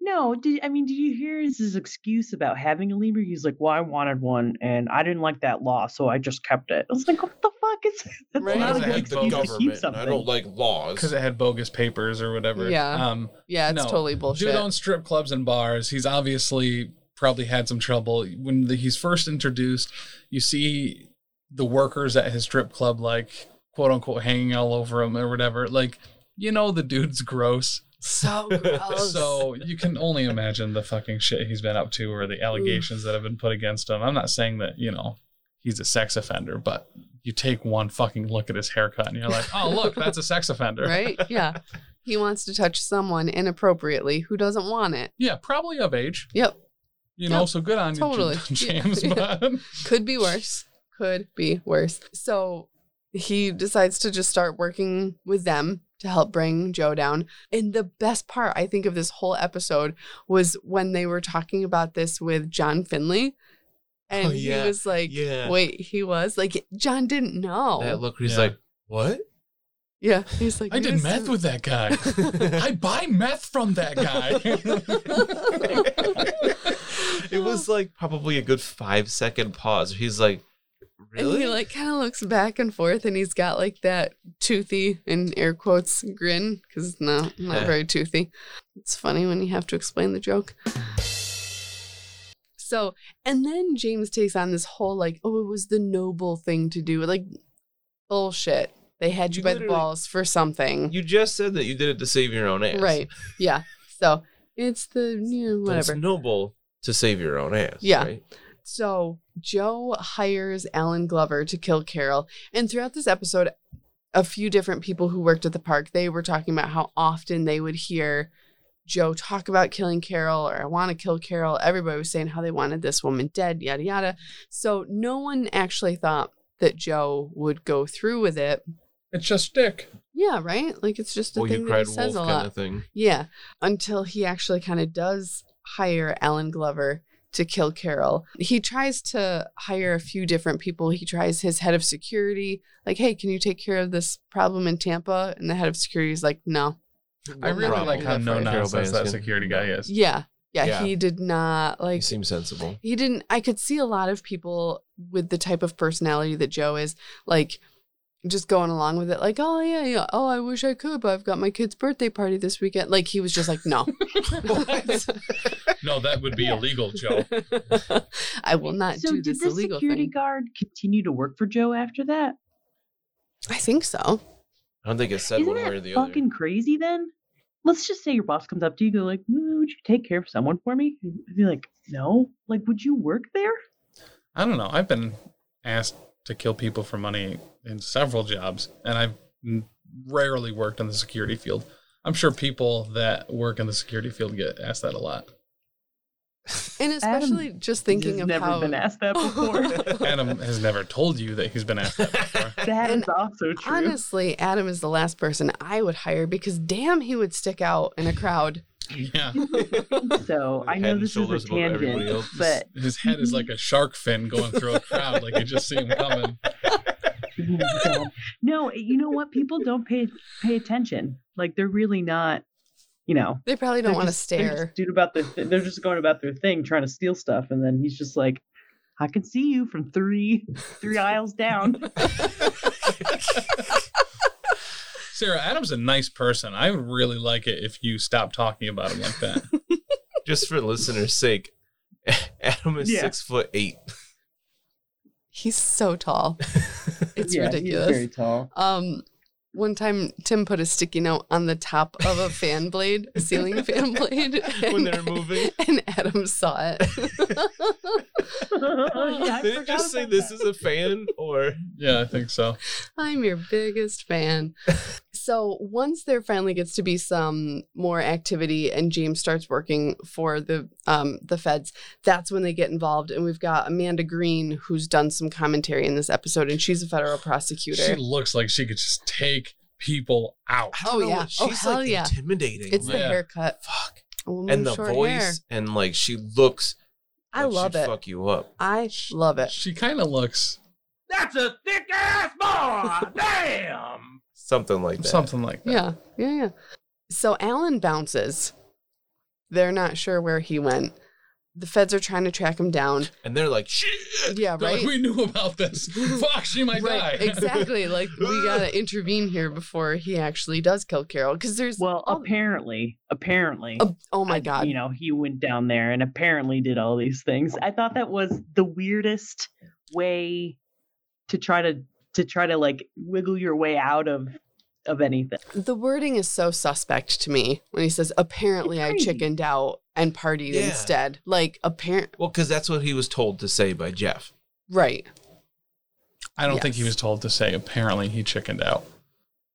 S2: No, did I mean did you hear his, his excuse about having a lemur? He's like, "Well, I wanted one, and I didn't like that law, so I just kept it." I was like, "What the fuck is that's
S1: Right.
S2: not
S4: Because
S2: a good
S4: I hate
S3: like
S2: excuse to
S4: the
S2: keep
S4: government. and
S2: something."
S4: I don't like
S3: because
S4: laws.
S3: it had bogus papers or whatever.
S1: Yeah.
S3: Um,
S1: Yeah, it's
S3: No.
S1: totally bullshit.
S3: dude owns strip clubs and bars. He's obviously probably had some trouble when the, he's first introduced. You see the workers at his strip club, like quote unquote, hanging all over him or whatever. Like, you know, the dude's gross.
S1: so gross.
S3: So you can only imagine the fucking shit he's been up to or the allegations that have been put against him. I'm not saying that, you know, he's a sex offender, but you take one fucking look at his haircut and you're like, oh, look, that's a sex offender.
S1: right? Yeah. He wants to touch someone inappropriately who doesn't want it.
S3: Yeah, probably of age.
S1: Yep.
S3: You
S1: Yeah,
S3: know, so good on
S1: totally.
S3: you, J- James.
S1: Yeah.
S3: But
S1: Could be worse. Could be worse. So he decides to just start working with them to help bring Joe down. And the best part, I think, of this whole episode was when they were talking about this with John Finley. And
S4: Oh, yeah.
S1: he was like,
S4: Yeah.
S1: wait, he was like, John didn't know.
S4: That look, he's
S3: Yeah.
S4: like, what?
S1: yeah. He's like,
S3: I did
S1: "Yes."
S3: meth with that guy. I buy meth from that guy.
S4: it was like probably a good five second pause. He's like, really?
S1: And he like kind of looks back and forth, and he's got like that toothy in air quotes grin because it's not not
S4: Yeah.
S1: very toothy. It's funny when you have to explain the joke. So, and then James takes on this whole like, oh, it was the noble thing to do. Like, bullshit. They had you,
S4: You
S1: by the
S4: literally-
S1: balls for something,
S4: you just said that you did it to save your own ass.
S1: right? Yeah. So it's the you know,
S4: Then It's
S1: whatever.
S4: noble to save your own ass.
S1: Yeah.
S4: Right?
S1: So Joe hires Alan Glover to kill Carol. And throughout this episode, a few different people who worked at the park, they were talking about how often they would hear Joe talk about killing Carol or I want to kill Carol. Everybody was saying how they wanted this woman dead, yada yada. So no one actually thought that Joe would go through with it.
S3: it's just dick.
S1: Yeah, right? Like it's just a
S4: Well,
S1: thing
S4: you
S1: that he
S4: cried
S1: says
S4: wolf
S1: a lot.
S4: kind of thing.
S1: Yeah, until he actually kind of does hire Alan Glover to kill Carol. He tries to hire a few different people. He tries his head of security, like, hey, can you take care of this problem in Tampa? And the head of security is like, no.
S3: I really
S1: Problem.
S3: like how
S1: Yeah,
S3: no
S1: for
S3: nonsense that
S4: Baskin.
S3: security guy is.
S1: Yeah, yeah,
S4: Yeah.
S1: he did not
S4: He
S1: like.
S4: seems sensible.
S1: He didn't. I could see a lot of people with the type of personality that Joe is, like, just going along with it. Like, oh yeah, yeah. Oh, I wish I could, but I've got my kid's birthday party this weekend. Like, he was just like, no.
S3: No, that would be illegal, Joe.
S1: I will not
S2: so
S1: do
S2: did
S1: this
S2: the
S1: illegal
S2: security
S1: thing.
S2: guard continue to work for Joe after that?
S1: I think so.
S4: I don't think it said
S2: Isn't
S4: one way or
S2: that
S4: the
S2: fucking crazy then? Let's just say your boss comes up to you, go like, "Mm, "Would you take care of someone for me?" And I'd be like, "No." Like, would you work there?
S3: I don't know. I've been asked to kill people for money in several jobs, and I've n- rarely worked in the security field. I'm sure people that work in the security field get asked that a lot.
S1: And especially just thinking
S2: Just
S1: of
S2: never
S1: how
S2: been asked that before.
S3: Adam has never told you that he's been asked that before.
S2: that
S1: And
S2: is also true.
S1: honestly, Adam is the last person I would hire because damn he would stick out in a crowd.
S3: Yeah.
S2: so I
S4: Head
S2: know
S4: and
S2: this is a
S4: shoulders above everybody
S2: tangent,
S4: else.
S2: but
S3: His head is like a shark fin going through a crowd, like you just see him coming.
S2: no, you know what? People don't pay pay attention. Like they're really not. You know,
S1: They probably don't
S2: they're
S1: want to
S2: just- they're just
S1: stare.
S2: Dude, about their th- they're just going about their thing, trying to steal stuff, and then he's just like, "I can see you from three three aisles down."
S3: Sarah, Adam's a nice person. I would really like it if you stopped talking about him like that.
S4: Just for listeners' sake, Adam is
S2: Yeah.
S4: six foot eight.
S1: He's so tall. It's
S2: Yeah, he is Very
S1: ridiculous.
S2: tall.
S1: Um one time Tim put a sticky note on the top of a fan blade, a ceiling fan blade.
S4: When
S1: and-
S4: they're moving.
S1: And Adam saw it.
S2: yeah, I
S4: Did it
S2: forgot
S4: just say
S2: about
S4: this
S2: that.
S4: is a fan or
S3: Yeah, I think so.
S1: I'm your biggest fan. so once there finally gets to be some more activity and James starts working for the um, the feds, that's when they get involved. And we've got Amanda Green who's done some commentary in this episode, and she's a federal
S3: She
S1: prosecutor.
S3: looks like she could just take people out.
S4: I don't
S1: Oh,
S4: know
S1: yeah.
S4: what-
S1: Oh,
S4: She's
S1: hell
S4: like
S1: yeah.
S4: intimidating.
S1: It's the
S3: Yeah.
S1: haircut.
S4: fuck.
S1: A woman
S4: And
S1: with
S4: the
S1: short
S4: voice
S1: hair.
S4: and like she looks
S1: I
S4: like
S1: love
S4: she'd
S1: it.
S4: fuck you up.
S1: I love it.
S3: She kind of looks
S5: That's a thick ass boy! Damn!
S4: Something like that.
S3: something like that.
S1: Yeah, yeah, yeah. So Alan bounces. They're not sure where he went. The feds are trying to track him down.
S4: And they're like, shit.
S1: Yeah,
S3: They're
S1: right.
S3: like, we knew about this. Fuck, she might
S1: right,
S3: die.
S1: exactly. Like we gotta intervene here before he actually does kill Carol, because there's
S2: Well,
S1: all-
S2: apparently, apparently.
S1: a- oh my
S2: I-
S1: god,
S2: You know, he went down there and apparently did all these things. I thought that was the weirdest way to try to to try to like wiggle your way out of of anything.
S1: the wording is so suspect to me when he says apparently I
S2: Crazy.
S1: chickened out and partied
S4: Yeah.
S1: instead. Like apparent,
S4: Well, because that's what he was told to say by Jeff.
S1: right?
S3: I don't think he
S1: Yes.
S3: was told to say. Apparently, he chickened out.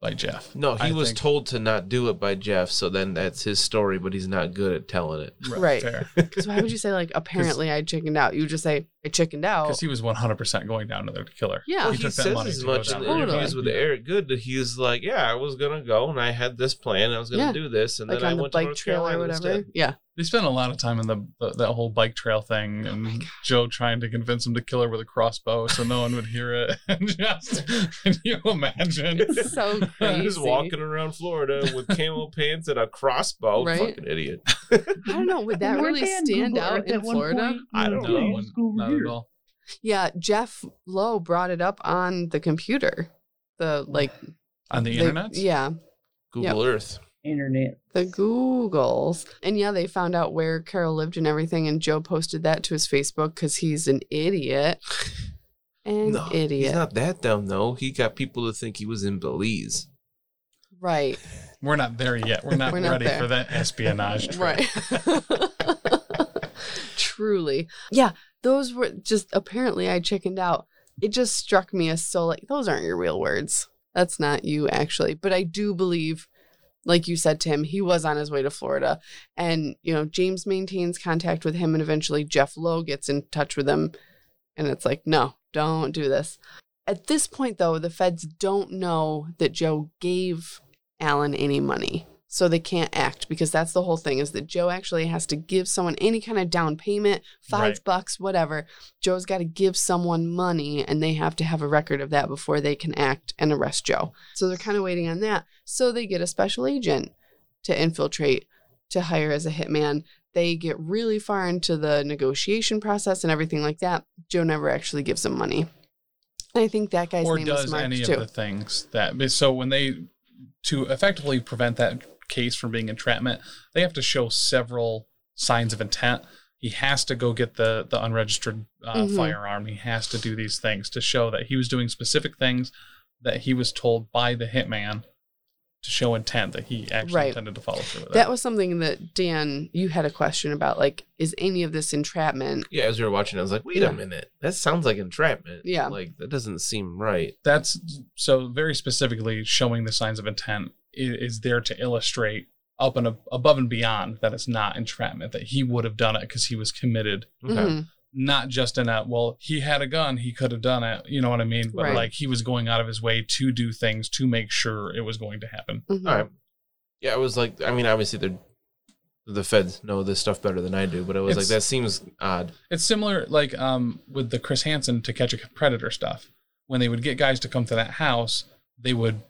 S3: by Jeff.
S4: No, he
S3: I
S4: was
S3: think-
S4: told to not do it by Jeff, so then that's his story, but he's not good at telling it.
S1: Right.
S3: Fair.
S1: Because why would you say like apparently I chickened out? You would just say I chickened out.
S3: Because he was 100% going down to the killer.
S1: Yeah.
S4: Well,
S3: He
S4: he,
S3: took that
S4: says
S3: money
S4: as
S3: to go
S4: much in
S3: down
S4: the
S1: there.
S4: interviews with
S3: Totally.
S4: Eric Good that he's like, "Yeah, I was gonna go and I had this plan. I was gonna
S1: Yeah.
S4: do this, and
S1: like
S4: then I
S1: on the
S4: went to
S1: bike
S4: North
S1: trail or
S4: Carolina
S1: whatever.
S4: instead."
S1: Yeah.
S3: They spent a lot of time in the, the that whole bike trail thing,
S1: Oh
S3: and Joe trying to convince him to kill her with a crossbow so no one would hear it. And just can you imagine?
S1: It's so crazy.
S4: He's walking around Florida with camo pants and a crossbow.
S1: Right?
S4: Fucking idiot.
S1: I don't know. Would that
S2: Weren't
S1: really
S2: they on
S1: stand
S2: Google
S1: out
S2: Earth
S1: in
S2: at one
S1: Florida?
S2: point?
S4: I don't
S2: Yeah,
S4: know.
S2: you just go over
S3: Not
S2: here.
S3: at all.
S1: Yeah, Jeff Lowe brought it up on the computer. The like
S3: On the
S1: they-
S3: internet?
S1: Yeah,
S4: Google Earth.
S2: Internet.
S1: the Googles. And yeah, they found out where Carol lived and everything. And Joe posted that to his Facebook because he's an idiot. An
S4: No,
S1: idiot.
S4: He's not that dumb though. He got people to think he was in Belize.
S1: right.
S3: We're not there yet. We're not
S1: We're not
S3: ready
S1: there.
S3: for that espionage. trip.
S1: Right. Truly. Yeah, those were just apparently I chickened out. It just struck me as so like those aren't your real words. That's not you actually. But I do believe like you said Tim, he was on his way to Florida and you know, James maintains contact with him and eventually Jeff Lowe gets in touch with him and it's like, "No, don't do this." At this point though, the feds don't know that Joe gave Alan any money. So they can't act because that's the whole thing is that Joe actually has to give someone any kind of down payment, five
S3: Right.
S1: bucks, whatever. Joe's got to give someone money and they have to have a record of that before they can act and arrest Joe. So they're kind of waiting on that. So they get a special agent to infiltrate, to hire as a hitman. They get really far into the negotiation process and everything like that. Joe never actually gives them money. I think that guy's
S3: or
S1: name
S3: does
S1: is Mark
S3: any
S1: too.
S3: of the uh, things that so when they to effectively prevent that case from being entrapment they have to show several signs of intent he has to go get the the unregistered uh,
S1: Mhm.
S3: firearm he has to do these things to show that he was doing specific things that he was told by the hitman to show intent that he actually
S1: Right.
S3: intended to follow through with
S1: That
S3: it.
S1: was something that Dan, you had a question about. Like, is any of this entrapment?
S4: Yeah, as we were watching, I was like, "Wait
S1: Yeah.
S4: a minute, that sounds like entrapment."
S1: Yeah.
S4: like that doesn't seem right.
S3: that's so very specifically showing the signs of intent is, is there to illustrate up and ab- above and beyond that it's not entrapment that he would have done it because he was committed
S4: Okay.
S1: Mhm.
S3: not just in a well he had a gun he could have done it you know what i mean but
S1: Right.
S3: like he was going out of his way to do things to make sure it was going to happen
S1: Mhm.
S4: All right. Yeah, I was like, I mean, obviously the the feds know this stuff better than I do, but I was
S3: It's-
S4: like, that seems odd.
S3: it's similar like um with the chris hansen to catch a predator stuff when they would get guys to come to that house they would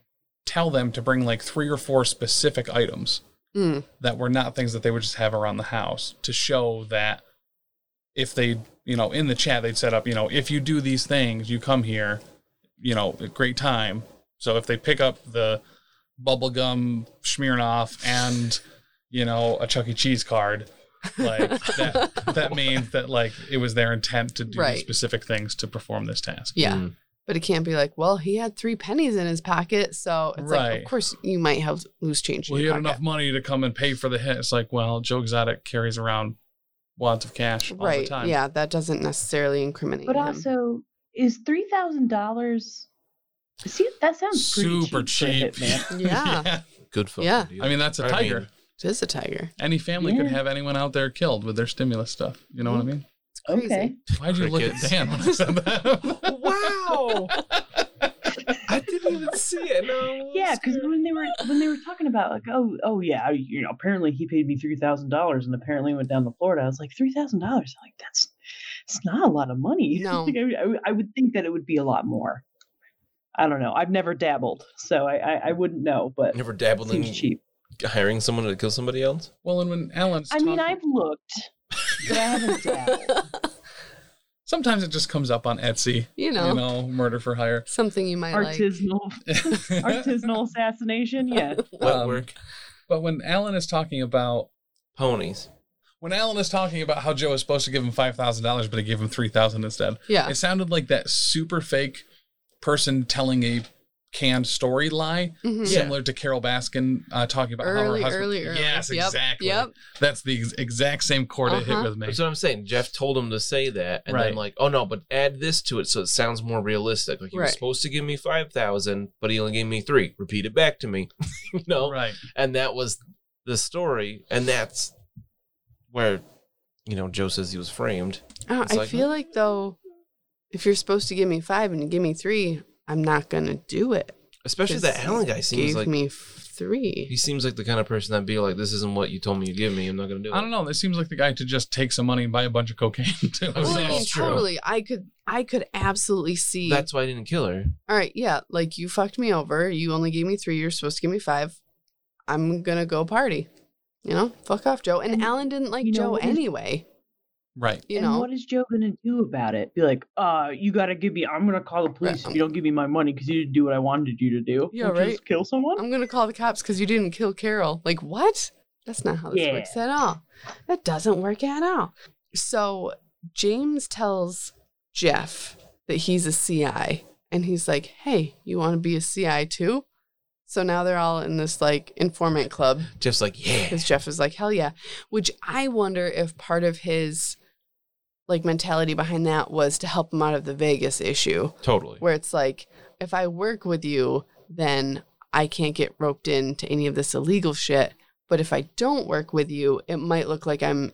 S3: tell them to bring like three or four specific items
S1: Mm.
S3: that were not things that they would just have around the house to show that if they, you know, in the chat they'd set up, you know, if you do these things, you come here, you know, a great time. So if they pick up the bubblegum Smirnoff and, you know, a Chuck E. Cheese card, like that that means that like it was their intent to do
S1: Right.
S3: specific things to perform this task.
S1: Yeah.
S4: Mm.
S1: But it can't be like, well, he had three pennies in his pocket. So it's like,
S3: Right.
S1: of course, you might have loose change. in
S3: Well, he
S1: your
S3: had enough
S1: pocket.
S3: money to come and pay for the hit. It's like, well, Joe Exotic carries around wads of cash all the
S1: Right.
S3: time.
S1: Yeah. That doesn't necessarily incriminate
S2: But
S1: him.
S2: also, is three thousand dollars? See, that sounds pretty
S3: super cheap.
S2: for a hitman.
S1: Yeah.
S4: Good fucking
S1: Yeah.
S4: deal.
S3: I mean, that's a
S4: I
S3: tiger.
S4: mean-
S1: it is a tiger.
S3: Any family could
S2: Yeah.
S3: have anyone out there killed with their stimulus stuff. You know what I mean?
S1: It's crazy.
S2: Okay,
S3: Why'd you look at
S4: Crickets.
S3: Dan when I said that?
S4: wow, I didn't even see it. No,
S2: yeah, because when they were when they were talking about like, oh, oh yeah, I- you know, apparently he paid me three thousand dollars, and apparently went down to Florida. I was like, three thousand dollars? Like that's it's not a lot of money.
S1: No.
S2: Like, I, I, I would think that it would be a lot more. I don't know. I've never dabbled, so I I, I wouldn't know, but
S4: never
S2: it
S4: dabbled in
S2: seems cheap.
S4: hiring someone to kill somebody else.
S3: well, and when Alan's
S2: I mean,
S3: talking-
S2: I've looked, but I haven't dabbled.
S3: sometimes it just comes up on Etsy.
S1: You know,
S3: You know, murder for hire.
S1: something you might like.
S2: Artisanal, artisanal assassination. Yeah.
S4: Wet
S3: Um,
S4: work,
S3: But when Alan is talking about
S4: ponies.
S3: when Alan is talking about how Joe was supposed to give him five thousand dollars, but he gave him three thousand instead,
S1: Yeah.
S3: it sounded like that super fake person telling a canned story lie,
S1: Mhm.
S4: Yeah.
S3: similar to Carol Baskin uh, talking about how her
S1: Early,
S3: husband.
S1: early, early.
S3: Yes,
S1: Yep,
S3: exactly.
S1: Yep.
S3: That's the ex- exact same chord it hit
S1: Uh-huh.
S3: with me.
S4: That's what I'm saying. Jeff told him to say that, and
S3: Right.
S4: then like, oh no, but add this to it so it sounds more realistic. Like he was
S1: Right.
S4: supposed to give me five thousand, but he only gave me three. Repeat it back to me, you know.
S3: Right.
S4: And that was the story, and that's where you know Joe says he was framed.
S1: Oh,
S4: It's
S1: I
S4: like-
S1: feel like though, if you're supposed to give me five and you give me three, I'm not gonna do it.
S4: Especially that
S1: 'Cause
S4: Allen
S1: you
S4: guy seems
S1: Gave
S4: like
S1: me f- three.
S4: he seems like the kind of person that'd be like, this isn't what you told me you give me. I'm not gonna do it.
S3: I don't know. This seems like the guy to just take some money and buy a bunch of cocaine too.
S4: Well,
S1: Well,
S4: I
S1: I
S4: mean,
S1: mean,
S4: that's true.
S1: totally. I could, I could absolutely see.
S4: That's why I didn't kill her.
S1: All right, yeah. Like you fucked me over. You only gave me three. You're supposed to give me five. I'm gonna go party. You know, fuck off, Joe. And,
S2: And
S1: Alan didn't like
S2: you know
S1: Joe
S2: what is-
S1: anyway.
S3: Right.
S1: You
S2: and
S1: know,
S2: what is Joe gonna do about it? Be like, uh, you gotta give me. I'm gonna call the police if you don't give me my money because you didn't do what I wanted you to do.
S1: Yeah,
S2: which
S1: right. Um
S2: is kill someone.
S1: I'm gonna call the cops because you didn't kill Carol. Like what? That's not how this
S2: Yeah.
S1: works at all. That doesn't work at all. So James tells Jeff that he's a CI, and he's like, "Hey, you want to be a CI too?" So now they're all in this like informant club
S4: Jeff's like, yeah,
S1: because Jeff is like, hell yeah. Which I wonder if part of his like mentality behind that was to help him out of the Vegas issue,
S4: totally.
S1: where it's like, if I work with you, then I can't get roped into any of this illegal shit. But if I don't work with you, it might look like I'm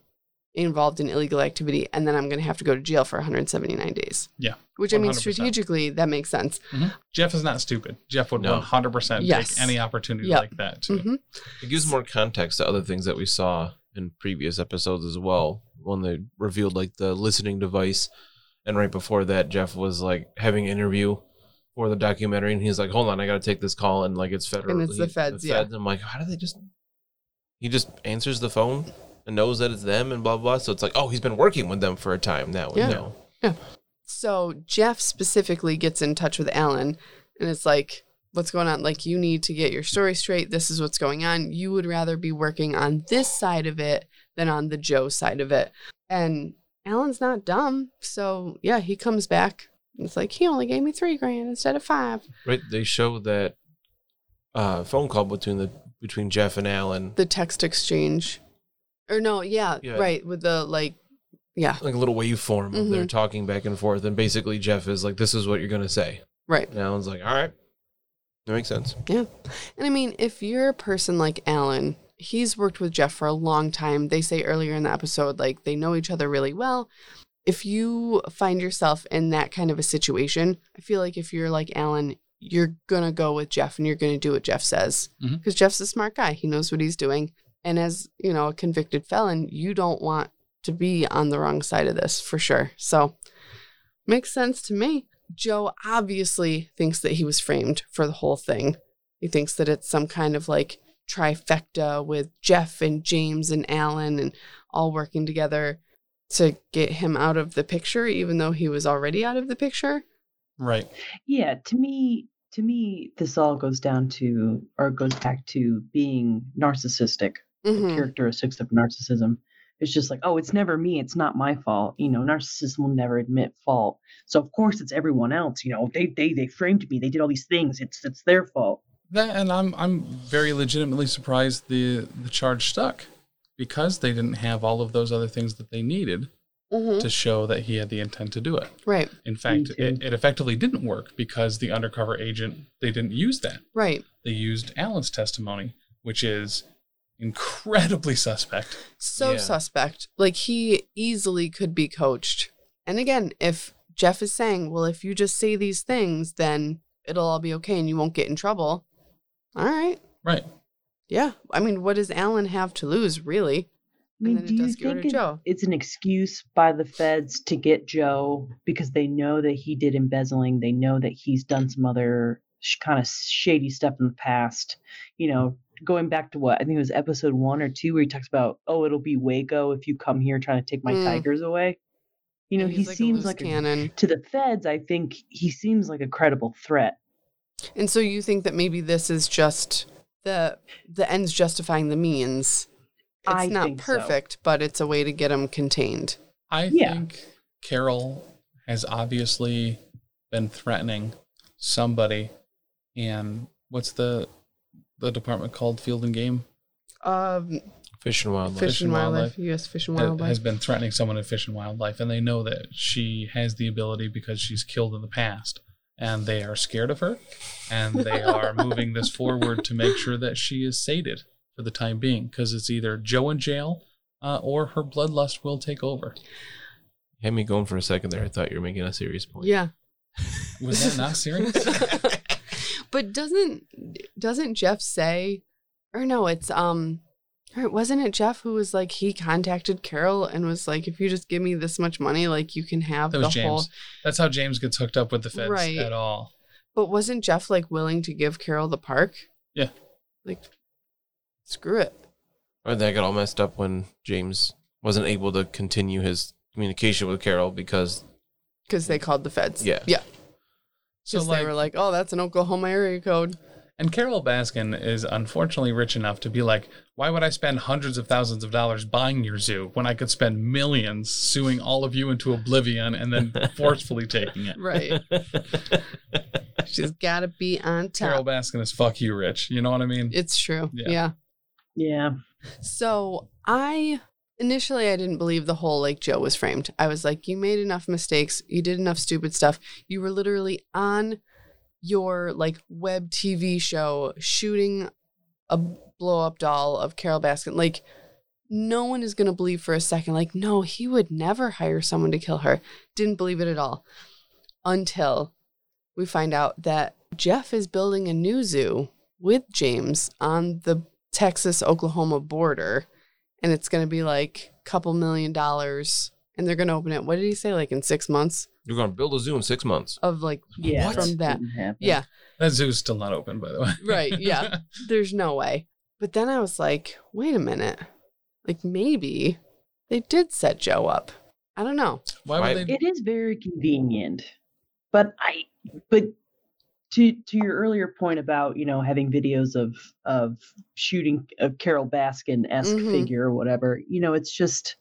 S1: involved in illegal activity and then I'm going to have to go to jail for 179 days.
S3: Yeah,
S1: Which I mean,
S3: 100%.
S1: strategically, that makes sense.
S3: Jeff is not stupid. Jeff would
S4: No.
S3: 100%
S1: Yes.
S3: take any opportunity
S1: Yep.
S3: like that too.
S1: hmm
S4: It gives more context to other things that we saw in previous episodes as well. When they revealed like the listening device, and right before that, Jeff was like having an interview for the documentary, and he's like, "Hold on, I got to take this call," and like it's federal.
S1: And it's the
S4: he-
S1: feds, yeah.
S4: I'm like, how do they just? He just answers the phone and knows that it's them and blah blah. So it's like, oh, he's been working with them for a time now.
S1: Yeah.
S4: You know,
S1: So Jeff specifically gets in touch with Alan and it's like, what's going on? Like, you need to get your story straight. This is what's going on. You would rather be working on this side of it than on the Joe side of it. And Alan's not dumb. So, yeah, he comes back. and It's like, he only gave me three grand instead of five.
S4: right? They show that uh, phone call between the between Jeff and Alan,
S1: The text exchange. Or, no, yeah,
S4: Yeah.
S1: right. With the like, yeah,
S4: like a little waveform of
S1: Mm-hmm.
S4: their talking back and forth, and basically Jeff is like, "This is what you're gonna say."
S1: right.
S4: And Alan's like, all right, that makes sense.
S1: And I mean, if you're a person like Alan, he's worked with Jeff for a long time. They say earlier in the episode, like they know each other really well. If you find yourself in that kind of a situation, I feel like if you're like Alan, you're going to go with Jeff and you're going to do what Jeff says
S3: Mhm.
S1: because Jeff's a smart guy. He knows what he's doing. And as, you know, a convicted felon, you don't want to be on the wrong side of this for sure. So makes sense to me. Joe obviously thinks that he was framed for the whole thing. He thinks that it's some kind of like trifecta with Jeff and James and Alan and all working together to get him out of the picture, even though he was already out of the picture.
S3: Right.
S2: Yeah, to me, to me, this all goes down to or goes back to being narcissistic. the
S1: Mhm.
S2: characteristics of narcissism. It's just like, oh, it's never me. It's not my fault. You know, narcissism will never admit fault. So of course it's everyone else. You know, they they they framed me. They did all these things. It's it's their fault.
S3: That and I'm I'm very legitimately surprised the the charge stuck because they didn't have all of those other things that they needed
S1: Mhm.
S3: to show that he had the intent to do it.
S1: Right,
S3: In fact,
S2: too.
S3: it, it effectively didn't work because the undercover agent they didn't use that.
S1: right.
S3: They used Alan's testimony, which is incredibly suspect.
S1: So
S4: Yeah.
S1: suspect. Like he easily could be coached. And again, if Jeff is saying, well, if you just say these things, then it'll all be okay and you won't get in trouble. All right.
S3: Right.
S1: Yeah. I mean, what does Alan have to lose, really? And
S2: I mean,
S1: then it
S2: do you
S1: does go to
S2: think it-
S1: Joe.
S2: it's an excuse by the feds to get Joe because they know that he did embezzling? They know that he's done some other sh- kind of shady stuff in the past. You know, going back to what I think it was episode one or two where he talks about, oh, it'll be Waco if you come here trying to take my
S1: Mm.
S2: tigers away. You know,
S1: And
S2: he
S1: a
S2: seems
S1: loose
S2: like a,
S1: cannon.
S2: to the feds. I think he seems like a credible threat.
S1: And so you think that maybe this is just the the ends justifying the means. It's
S2: I
S1: not
S2: think so.
S1: perfect, but it's a way to get them contained.
S3: I
S2: Yeah.
S3: think Carol has obviously been threatening somebody and what's the the department called Field and Game
S1: Um,
S4: Fish and wildlife.
S1: Fish and Wildlife, U.S. Fish and
S3: that has
S1: Wildlife.
S3: been threatening someone in Fish and Wildlife, and they know that she has the ability because she's killed in the past, and they are scared of her, and they are moving this forward to make sure that she is sated for the time being, because it's either Joe in jail uh, or her bloodlust will take over.
S4: Had me going for a second there. I thought you were making a serious point.
S1: Yeah,
S3: Was that not serious?
S1: but doesn't doesn't Jeff say, or no, it's um, or wasn't it Jeff who was like he contacted Carol and was like, if you just give me this much money, like you can have
S3: That
S1: the
S3: was James.
S1: whole.
S3: That's how James gets hooked up with the feds
S1: Right.
S3: at all.
S1: But wasn't Jeff like willing to give Carol the park?
S3: Yeah.
S1: Like, screw it.
S4: Or that got all messed up when James wasn't able to continue his communication with Carol because
S1: Because they called the feds.
S4: Yeah.
S1: Yeah.
S3: So
S1: Because
S3: like,
S1: they were like, oh, that's an Oklahoma area code.
S3: and Carol Baskin is unfortunately rich enough to be like, why would I spend hundreds of thousands of dollars buying your zoo when I could spend millions suing all of you into oblivion and then forcefully taking it?
S1: Right. She's got to be on
S3: Carol
S1: top.
S3: Baskin is fuck you rich. You know what I mean?
S1: It's true.
S3: Yeah.
S1: yeah.
S2: Yeah.
S1: So I initially I didn't believe the whole like Joe was framed. I was like, you made enough mistakes, you did enough stupid stuff. You were literally on your like web TV show shooting a blow up doll of Carol Baskin. Like no one is gonna believe for a second, like, no, he would never hire someone to kill her. Didn't believe it at all. Until we find out that Jeff is building a new zoo with James on the Texas Oklahoma border and it's going to be like a couple million dollars and they're going to open it what did he say like in 6 months
S4: you're going to build a zoo in six months.
S1: of like
S2: Yeah.
S1: What? From that.
S2: didn't happen.
S1: yeah
S3: That zoo's still not open, by the way.
S1: Right, yeah. there's no way but then i was like wait a minute like maybe they did set joe up i don't know
S3: why would
S4: Why-
S3: they
S2: It is very convenient. But I but to to your earlier point about, you know, having videos of of shooting a Carol Baskin esque
S1: Mhm.
S2: figure or whatever, you know, it's just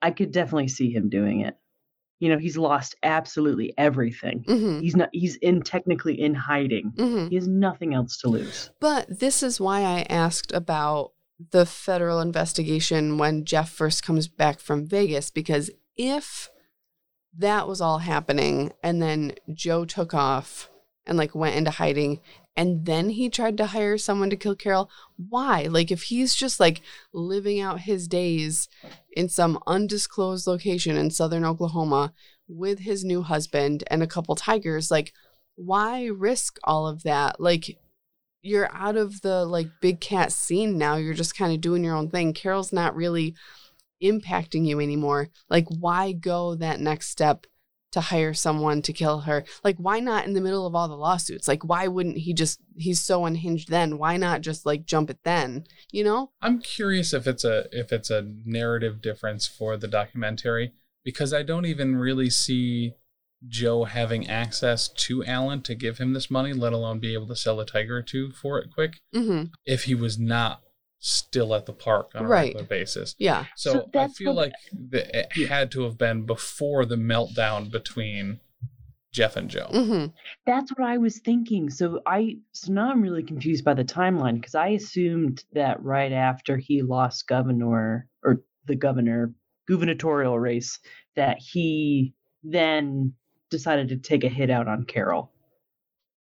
S2: I could definitely see him doing it. You know, he's lost absolutely everything.
S1: mhm
S2: He's not he's in technically in hiding.
S1: mhm
S2: He has nothing else to lose.
S1: But this is why I asked about the federal investigation when Jeff first comes back from Vegas, because if that was all happening and then Joe took off and like went into hiding and then he tried to hire someone to kill Carol, why? Like, if he's just like living out his days in some undisclosed location in southern Oklahoma with his new husband and a couple tigers, like, why risk all of that? Like, you're out of the like big cat scene now. You're just kind of doing your own thing. Carol's not really impacting you anymore. Like, why go that next step to hire someone to kill her? Like, why not in the middle of all the lawsuits? Like, why wouldn't he just, he's so unhinged then? Why not just like jump it then? You know?
S3: I'm curious if it's a if it's a narrative difference for the documentary because I don't even really see Joe having access to Alan to give him this money, let alone be able to sell a tiger or two for it quick
S1: Mm-hmm.
S3: if he was not still at the park on a
S1: Right.
S3: regular basis.
S1: Yeah.
S3: So,
S2: So
S3: I
S2: that's
S3: feel
S2: what-
S3: like the, it had to have been before the meltdown between Jeff and Joe.
S1: Mm-hmm.
S2: That's what I was thinking. So I so now I'm really confused by the timeline because I assumed that right after he lost governor or the governor gubernatorial race that he then decided to take a hit out on Carol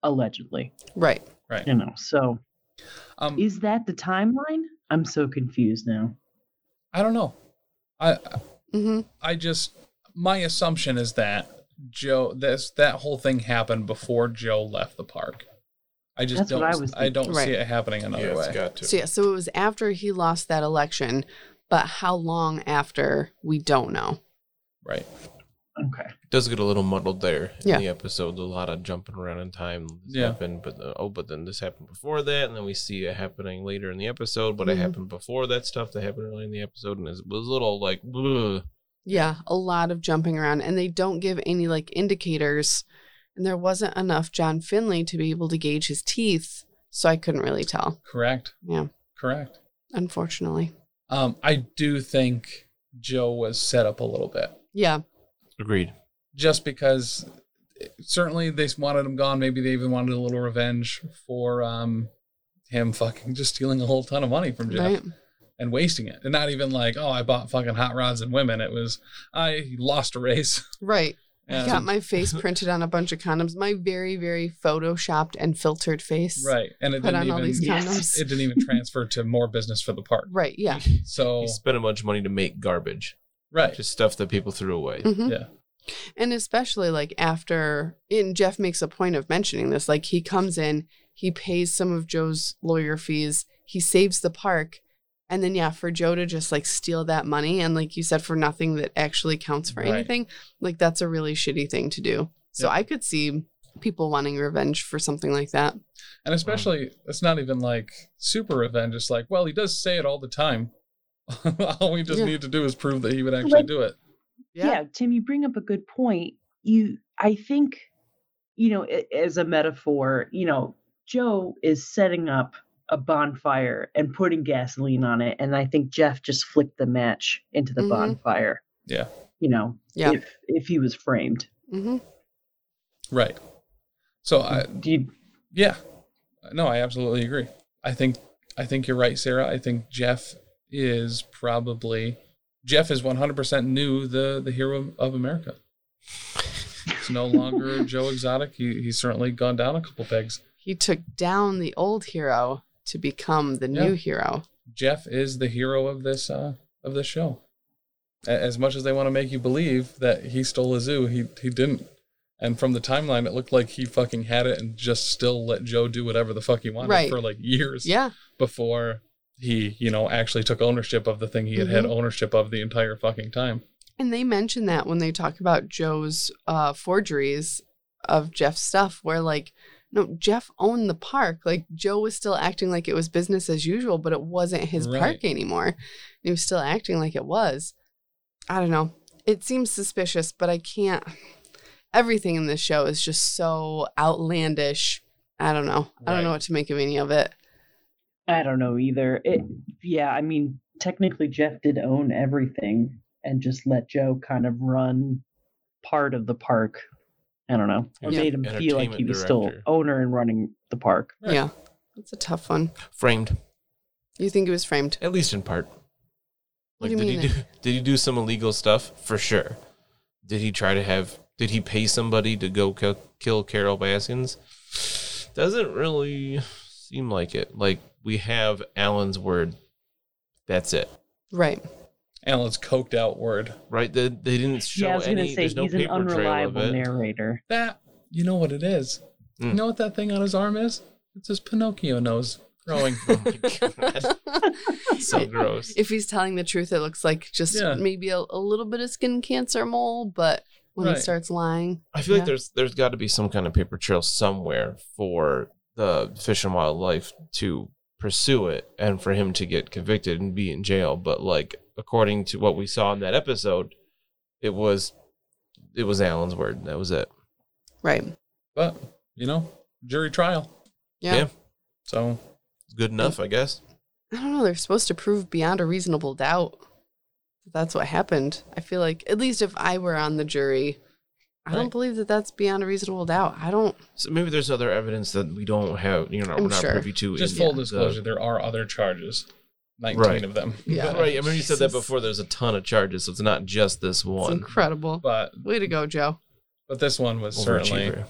S2: allegedly.
S1: Right.
S2: You know. So
S3: Um,
S2: is that the timeline? I'm so confused now.
S3: I don't know. I
S1: Mm-hmm.
S3: I just my assumption is that Joe this that whole thing happened before Joe left the park. I just
S2: That's
S3: don't
S2: what I was
S3: I, don't
S1: thinking.
S3: see it happening another way.
S4: got
S1: So, yeah. So it was after he lost that election, but how long after, we don't know.
S3: Right.
S2: Okay.
S4: does get a little muddled there in
S1: Yeah.
S4: the episode. A lot of jumping around in time this
S3: Yeah.
S4: happened, but uh, oh, but then this happened before that, and then we see it happening later in the episode. But
S1: Mhm.
S4: it happened before that stuff that happened early in the episode, and it was a little like, bleh.
S1: Yeah, a lot of jumping around, and they don't give any like indicators. And there wasn't enough John Finley to be able to gauge his teeth, so I couldn't really tell.
S3: Correct.
S1: Yeah,
S3: Correct.
S1: unfortunately.
S3: Um I do think Joe was set up a little bit
S1: Yeah,
S4: agreed.
S3: just because certainly they wanted him gone. Maybe they even wanted a little revenge for um, him fucking just stealing a whole ton of money from Jeff
S1: Right?
S3: and wasting it. And not even like, oh, I bought fucking hot rods and women. It was I lost a race.
S1: Right. I
S3: And,
S1: got my face printed on a bunch of condoms. My very, very photoshopped and filtered face.
S3: right, and it
S1: Put
S3: didn't
S1: on all
S3: even
S1: these
S2: Yes.
S1: condoms.
S3: it didn't even transfer to more business for the park.
S1: Right. Yeah.
S3: So
S4: He spent a bunch of money to make garbage,
S3: right,
S4: just stuff that people threw away.
S1: Mhm.
S3: Yeah.
S1: And especially like after, and Jeff makes a point of mentioning this. Like he comes in, he pays some of Joe's lawyer fees, he saves the park. And then, yeah, for Joe to just like steal that money and, like you said, for nothing that actually counts for
S3: Right.
S1: anything, like that's a really shitty thing to do. So
S3: Yeah.
S1: I could see people wanting revenge for something like that.
S3: and especially it's not even like super revenge. It's like, well, he does say it all the time. all we just
S1: Yeah.
S3: need to do is prove that he would actually
S2: Like-
S3: do it.
S1: Yeah.
S2: yeah tim you bring up a good point you i think you know a- as a metaphor you know joe is setting up a bonfire and putting gasoline on it and i think jeff just flicked the match into the
S1: Mhm.
S2: bonfire
S3: Yeah.
S2: you know
S1: Yeah.
S2: if if he was framed
S1: hmm
S3: Right. So I
S2: do you
S3: yeah. No, I absolutely agree. I think I think you're right, Sarah. I think Jeff is probably Jeff is 100% new the the hero of America. It's no longer Joe Exotic. He, he's certainly gone down a couple pegs.
S1: He took down the old hero to become the
S3: Yeah.
S1: new hero.
S3: Jeff is the hero of this uh, of this show. A- As much as they want to make you believe that he stole a zoo, he he didn't. And from the timeline, it looked like he fucking had it and just still let Joe do whatever the fuck he wanted
S1: Right.
S3: for like years.
S1: Yeah.
S3: before he, you know, actually took ownership of the thing he had had
S1: Mhm.
S3: ownership of the entire fucking time.
S1: And they mention that when they talk about Joe's uh, forgeries of Jeff's stuff, where like, no, Jeff owned the park. Like, Joe was still acting like it was business as usual, but it wasn't his
S3: Right.
S1: park anymore. He was still acting like it was. I don't know. It seems suspicious, but I can't. Everything in this show is just so outlandish. I don't know. I don't know
S3: Right.
S1: what to make of any of it.
S2: i don't know either it yeah i mean technically jeff did own everything and just let joe kind of run part of the park i don't know
S4: He
S2: or
S1: was
S2: made him feel like he
S4: entertainment
S2: was still
S4: director.
S2: owner and running the park
S3: Right.
S1: Yeah. That's a tough one.
S4: Framed,
S1: You think it was framed?
S4: at least in part.
S1: What do
S4: Like,
S1: you mean
S4: did he do? Did he do some illegal stuff for sure? Did he try to have? Did he pay somebody to go kill, kill Carol Baskins? Doesn't really seem like it. Like we have Alan's word. That's it,
S1: Right.
S3: Alan's coked out word.
S4: right? They, they didn't show
S2: yeah, I was
S4: any.
S2: gonna say
S4: there's no
S2: he's an
S4: paper trail of
S2: unreliable
S4: it.
S2: narrator.
S3: That you know what it is. You
S4: Mm.
S3: know what that thing on his arm is? It's his Pinocchio nose growing.
S4: Oh my God. so
S1: It-
S4: gross.
S1: if he's telling the truth, it looks like just
S3: Yeah.
S1: maybe a, a little bit of skin cancer mole, but when he
S3: Right.
S1: starts lying,
S4: I feel
S1: Yeah.
S4: like there's there's got to be some kind of paper trail somewhere for the fish and wildlife to pursue it and for him to get convicted and be in jail. But like according to what we saw in that episode, it was it was Alan's word. That was it.
S1: right?
S3: but, you know, jury trial.
S1: Yeah.
S4: Yeah.
S3: So
S4: It's
S1: Mm.
S4: good enough, I guess.
S1: I don't know. They're supposed to prove beyond a reasonable doubt that that's what happened. I feel like, at least if I were on the jury, I don't
S3: Right.
S1: believe that that's beyond a reasonable doubt. I don't.
S4: So maybe there's other evidence that we don't have. You know,
S1: I'm
S4: we're not
S1: sure.
S4: privy to.
S3: just
S4: in
S3: full
S4: the-
S3: disclosure, there are other charges. Nineteen
S4: Right.
S3: of them.
S1: Yeah.
S4: Right. I mean, you said that
S1: Jesus.
S4: before. There's a ton of charges, so it's not just this
S1: It's
S4: one.
S1: incredible.
S3: But
S1: Way to go, Joe.
S3: but this one was certainly
S4: Overachiever.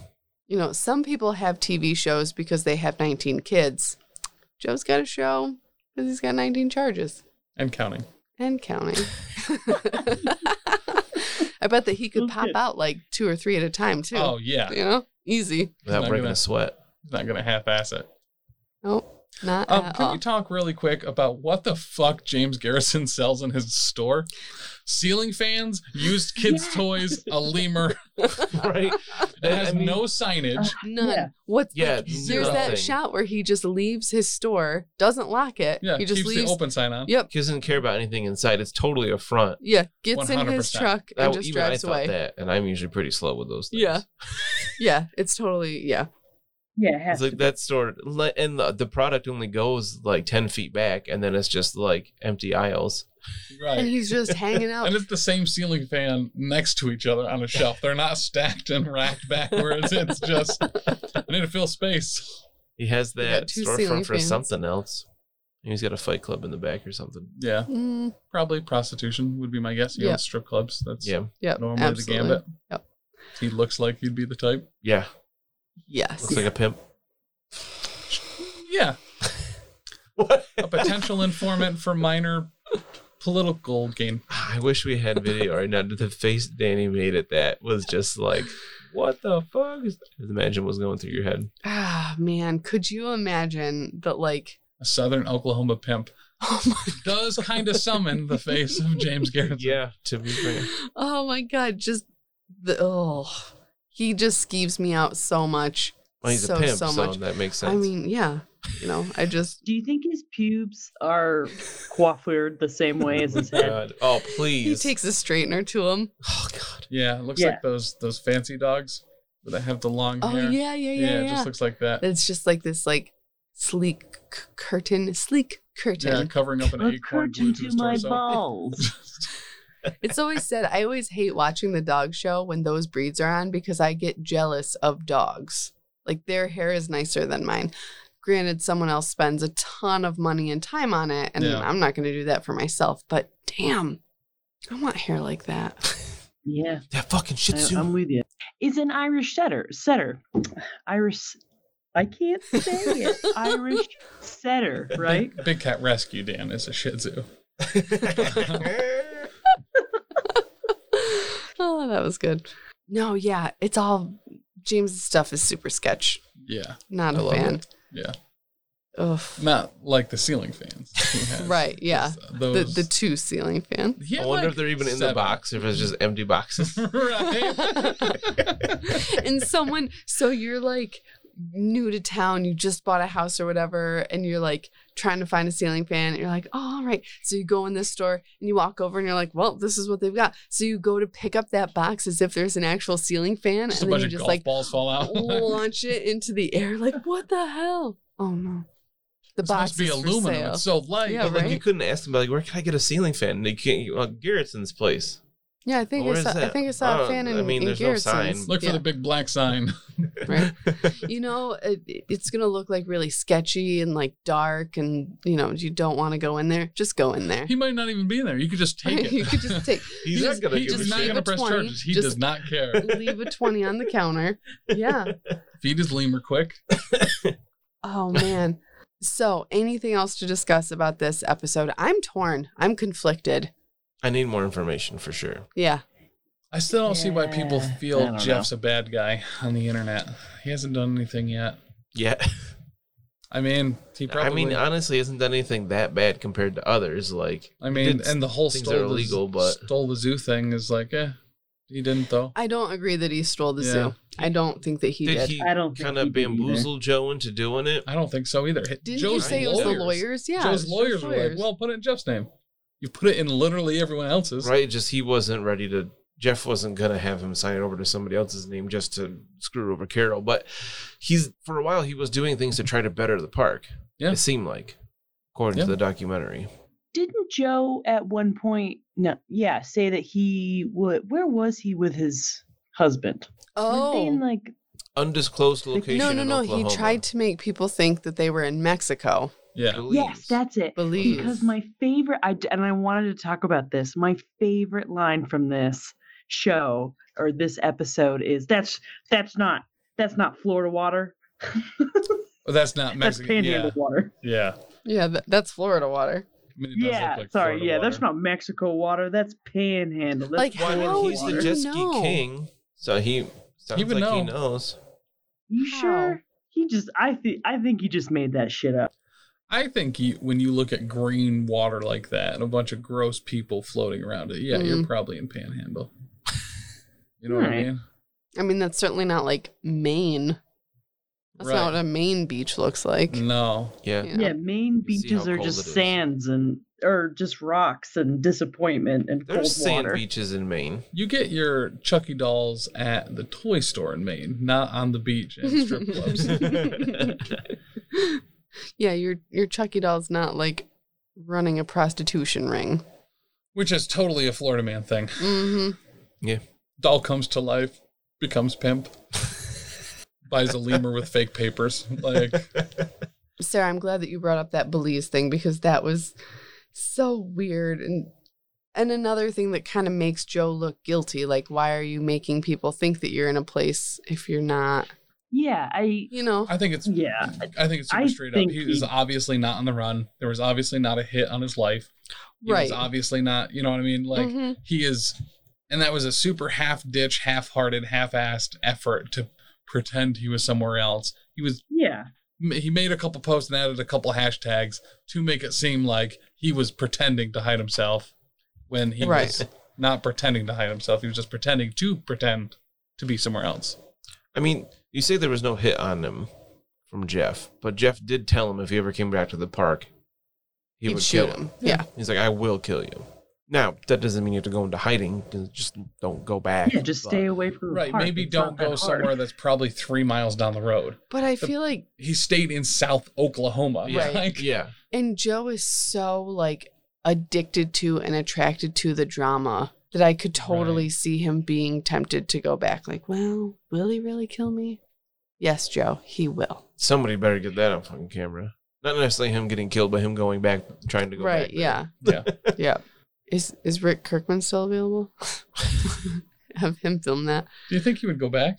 S1: You know, some people have TV shows because they have 19 kids. Joe's got a show because he's got 19 charges.
S3: and counting.
S1: and counting. I bet that he could
S2: Those
S1: pop
S2: kids.
S1: out like two or three at a time too.
S3: Oh yeah.
S1: You know, easy.
S4: without
S3: Not
S4: breaking
S3: gonna-
S4: a sweat.
S3: He's not gonna half ass it.
S1: Nope, not
S3: Um,
S1: at
S3: can
S1: all.
S3: we talk really quick about what the fuck James Garrison sells in his store? Ceiling fans, used kids'
S2: Yes.
S3: toys, a lemur
S4: right.
S3: that has
S4: I mean-
S1: uh,
S3: no signage.
S1: None.
S2: Yeah.
S1: What's
S4: Yeah,
S1: like,
S4: it's
S1: there's
S4: nothing.
S1: that shot where he just leaves his store, doesn't lock it.
S3: Yeah,
S1: he just
S3: keeps
S1: leaves.
S3: the open sign on.
S1: Yep.
S4: He doesn't care about anything inside. It's totally a front.
S1: Yeah, gets in his
S3: 100%.
S1: truck
S4: That-
S1: and just
S4: even
S1: drives
S4: I thought
S1: away.
S4: that, and I'm usually pretty slow with those things.
S1: Yeah. Yeah, it's totally yeah.
S2: Yeah, it has
S4: It's
S2: to
S4: like that store, le- and the, the product only goes like ten feet back, and then it's just like empty aisles.
S1: and
S3: Right.
S1: he's just hanging out.
S3: And it's the same ceiling fan next to each other on a shelf. They're not stacked and racked backwards. It's just I need to fill space.
S4: He has
S1: We
S4: that
S1: got two ceiling
S4: storefront for
S1: fans.
S4: something else. He's got a fight club in the back or something.
S3: Yeah.
S1: Mm,
S3: Probably prostitution would be my guess. He
S1: Yeah.
S3: owns strip clubs. That's
S4: Yeah.
S1: yeah,
S3: normally
S1: absolutely.
S3: the gambit.
S1: Yep.
S3: He looks like he'd be the type.
S4: Yeah.
S1: Yes.
S4: Looks like a pimp.
S3: Yeah.
S4: What?
S3: A potential informant for minor political gain.
S4: Ah, I wish we had video right now. The face Danny made at that was just like, what the fuck? Is that? Imagine what's going through your head.
S1: Ah, man, could you imagine that? Like,
S3: A southern Oklahoma pimp
S1: oh my,
S3: does kind of summon the face of James Garrett.
S4: Yeah, to be fair.
S1: oh my God, just the oh, he just skeeves me out so much.
S4: Well, he's
S1: So,
S4: a pimp,
S1: so
S4: so,
S1: much.
S4: that makes sense.
S1: I mean, yeah, you know, I just
S2: Do you think his pubes are coiffured the same way as his head?
S4: God. Oh,
S1: he
S4: please.
S1: takes a straightener to him.
S4: oh, God.
S3: Yeah, it looks
S2: Yeah.
S3: like those those fancy dogs that have the long
S1: Oh
S3: hair.
S1: yeah, yeah, yeah, yeah.
S3: it just looks like that.
S1: it's just like this, like sleek c- curtain, sleek
S3: Yeah,
S1: curtain.
S3: covering up an
S2: A
S3: acorn glued
S2: curtain
S3: to
S2: to
S3: his
S2: my
S3: torso.
S2: balls.
S1: It's always said I always hate watching the dog show when those breeds are on because I get jealous of dogs. Like their hair is nicer than mine. Granted, someone else spends a ton of money and time on it, and
S3: Yeah.
S1: I'm not going to do that for myself. But damn, I want hair like that.
S2: Yeah,
S4: That fucking Shih
S2: I,
S4: Tzu.
S2: I'm with you. It's an Irish setter. Setter. Irish. I can't say it. Irish setter, right?
S3: Big, Big Cat Rescue Dan is a Shih Tzu.
S1: oh, that was good. No, yeah, it's all James's stuff is super sketch.
S3: Yeah,
S1: Not
S4: I
S1: a
S4: love
S1: fan.
S3: yeah.
S1: Ugh.
S3: Not like the ceiling fans. he has.
S1: Right, yeah. The
S3: Those,
S1: the two ceiling fan.
S3: he
S4: I
S3: had
S4: wonder
S3: like
S4: if they're even in the
S3: seven.
S4: box or if it's just empty boxes.
S3: right.
S1: and someone so you're like new to town you just bought a house or whatever and you're like trying to find a ceiling fan and you're like oh all right so you go in this store and you walk over and you're like well this is what they've got so you go to pick up that box as if there's an actual ceiling fan
S3: Just a
S1: and then
S3: bunch
S1: you
S3: of
S1: just
S3: golf
S1: like
S3: balls fall out.
S1: launch it into the air like what the hell oh no the
S3: It's
S1: box
S3: supposed to be
S1: is for
S3: aluminum.
S1: sale.
S3: It's so light.
S1: Yeah,
S4: But, like, you
S1: right?
S4: couldn't ask them, like, where can I get a ceiling fan? And they can't, well, Garrett's in this place.
S1: yeah i think
S4: Where
S1: i
S4: is
S1: saw i
S4: that?
S1: think i saw
S4: Uh,
S1: a fan in
S4: I mean,
S1: in
S4: there's no sign.
S1: Garrison's.
S3: Look for
S1: Yeah.
S3: the big black sign.
S1: Right. you know, it, it's going to look like really sketchy and like dark, and you know, you don't want to go in there. Just go in there.
S3: He might not even be there. You could just take it.
S1: you could just take,
S4: He's
S1: He's-
S4: not going to
S3: He's
S4: give a
S3: just not
S1: shit.
S3: going to
S1: Leave a
S3: press
S1: 20,
S3: charges. He
S1: just-
S3: does not care.
S1: leave a 20 on the counter. Yeah.
S3: Feed his lemur quick.
S1: Oh, man. So, anything else to discuss about this episode? I'm torn. I'm conflicted.
S4: I need more information for sure.
S1: Yeah.
S3: I still don't see why people
S2: Yeah, I
S3: feel
S2: don't
S3: Jeff's a bad guy on the internet. He hasn't done anything yet.
S4: Yeah.
S3: I mean, he probably.
S4: I mean, honestly, hasn't done anything that bad compared to others. Like,
S3: I mean,
S4: did
S3: and the whole
S4: things
S3: stole
S4: that are illegal,
S3: the,
S4: but-
S3: stole the zoo thing is like, eh, he didn't though.
S1: I don't agree that he stole the zoo. I don't think that he did.
S4: did he
S2: I don't think
S4: kind
S2: he
S4: of
S2: did either.
S4: bamboozle Joe into doing it?
S3: I don't think so either. Hey,
S1: Didn't you
S3: Joe's
S1: say it was the
S4: lawyers.
S1: lawyers? Yeah. it was
S3: Joe's lawyers were like, well, put it in Jeff's name. You put it in literally everyone else's.
S4: Right? Just he wasn't ready to. Jeff wasn't gonna have him sign it over to somebody else's name just to screw over Carol. But he's for a while he was doing things to try to better the park.
S3: Yeah.
S4: It seemed like, according
S3: Yeah.
S4: to the documentary.
S2: Didn't Joe at one point? No, yeah, say that he would. Where was he with his husband? Weren't they in
S1: oh.
S2: like
S4: Undisclosed location.
S1: No, no,
S4: in
S1: no. He
S4: Oklahoma.
S1: tried to make people think that they were in Mexico.
S3: Yeah.
S4: Belize.
S2: yes, that's it.
S1: Belize.
S2: Because my favorite, I d- and I wanted to talk about this. My favorite line from this show or this episode is that's that's not that's not Florida water.
S3: Well, that's not
S2: That's
S3: Mexican.
S2: Panhandle
S3: yeah.
S2: water.
S3: Yeah.
S1: Yeah, that, that's Florida water.
S3: I mean, it does
S2: Yeah,
S3: look like
S2: sorry,
S3: Florida
S2: yeah,
S3: water.
S2: that's not Mexico water. That's Panhandle. That's
S1: Like,
S4: Well, I mean,
S1: How
S4: he's
S1: would
S4: the
S1: you
S4: jet ski
S1: know?
S4: king, so he sounds
S3: He would
S4: like he
S3: know.
S4: knows.
S2: You
S1: How?
S2: sure? He just I think I think he just made that shit up.
S3: I think you, when you look at green water like that and a bunch of gross people floating around it, yeah,
S2: Mm-hmm.
S3: you're probably in Panhandle. You know what I
S2: Alright.
S3: mean?
S1: I mean, that's certainly not like Maine. That's not what a Maine beach looks like.
S3: No.
S4: Mm, Yeah.
S1: Yeah.
S2: Yeah, Maine
S4: You see how
S2: beaches are
S4: cold it
S2: just
S4: is.
S2: sands and or just rocks and disappointment and
S4: There's
S2: cold
S4: sand
S2: water.
S4: beaches in Maine.
S3: You get your Chucky dolls at the toy store in Maine, not on the beach at strip clubs.
S1: E. yeah, your your Chucky doll's not like running a prostitution ring.
S3: which is totally a Florida man thing.
S1: Mm-hmm.
S3: Doll comes to life, becomes pimp, buys a lemur with fake papers. Like,
S1: Sarah, I'm glad that you brought up that Belize thing because that was so weird and and another thing that kind of makes Joe look guilty. Like, why are you making people think that you're in a place if you're not?
S2: Yeah, I
S1: You know.
S3: I think it's
S2: yeah.
S3: I think it's super
S2: I
S3: straight up.
S2: think
S3: He
S2: he-
S3: is obviously not on the run. There was obviously not a hit on his life. He was
S1: Right.
S3: obviously not, you know what I mean? Like
S1: Mhm.
S3: he is and that was a super half ditch, half hearted, half assed effort to pretend he was somewhere else. He was
S2: Yeah.
S3: he made a couple posts and added a couple hashtags to make it seem like he was pretending to hide himself when he
S1: Right.
S3: was not pretending to hide himself. He was just pretending to pretend to be somewhere else.
S4: I mean, you say there was no hit on him from Jeff, but Jeff did tell him if he ever came back to the park, he
S1: He'd
S4: would
S1: shoot
S4: kill him.
S1: him. Yeah.
S4: He's like, I will kill you. Now, that doesn't mean you have to go into hiding. 'cause Just don't go back.
S2: Yeah, just
S4: but-
S2: stay away from the
S3: Right.
S2: park.
S3: Maybe
S2: It's not
S3: don't go
S2: that hard.
S3: somewhere that's probably three miles down the road.
S1: But I
S3: The-
S1: feel like
S3: he stayed in South Oklahoma.
S1: Yeah.
S3: Like,
S4: Yeah.
S1: And Joe is so like addicted to and attracted to the drama that I could totally see him being tempted to go back. Like, well, will he really kill me? Yes, Joe, he will.
S4: Somebody better get that on fucking camera. Not necessarily him getting killed, but him going back, trying to go
S1: right?
S4: back. there.
S1: Yeah.
S3: Yeah.
S1: yeah. Is is Rick Kirkman still available? Have him film that
S3: Do you think he would go back?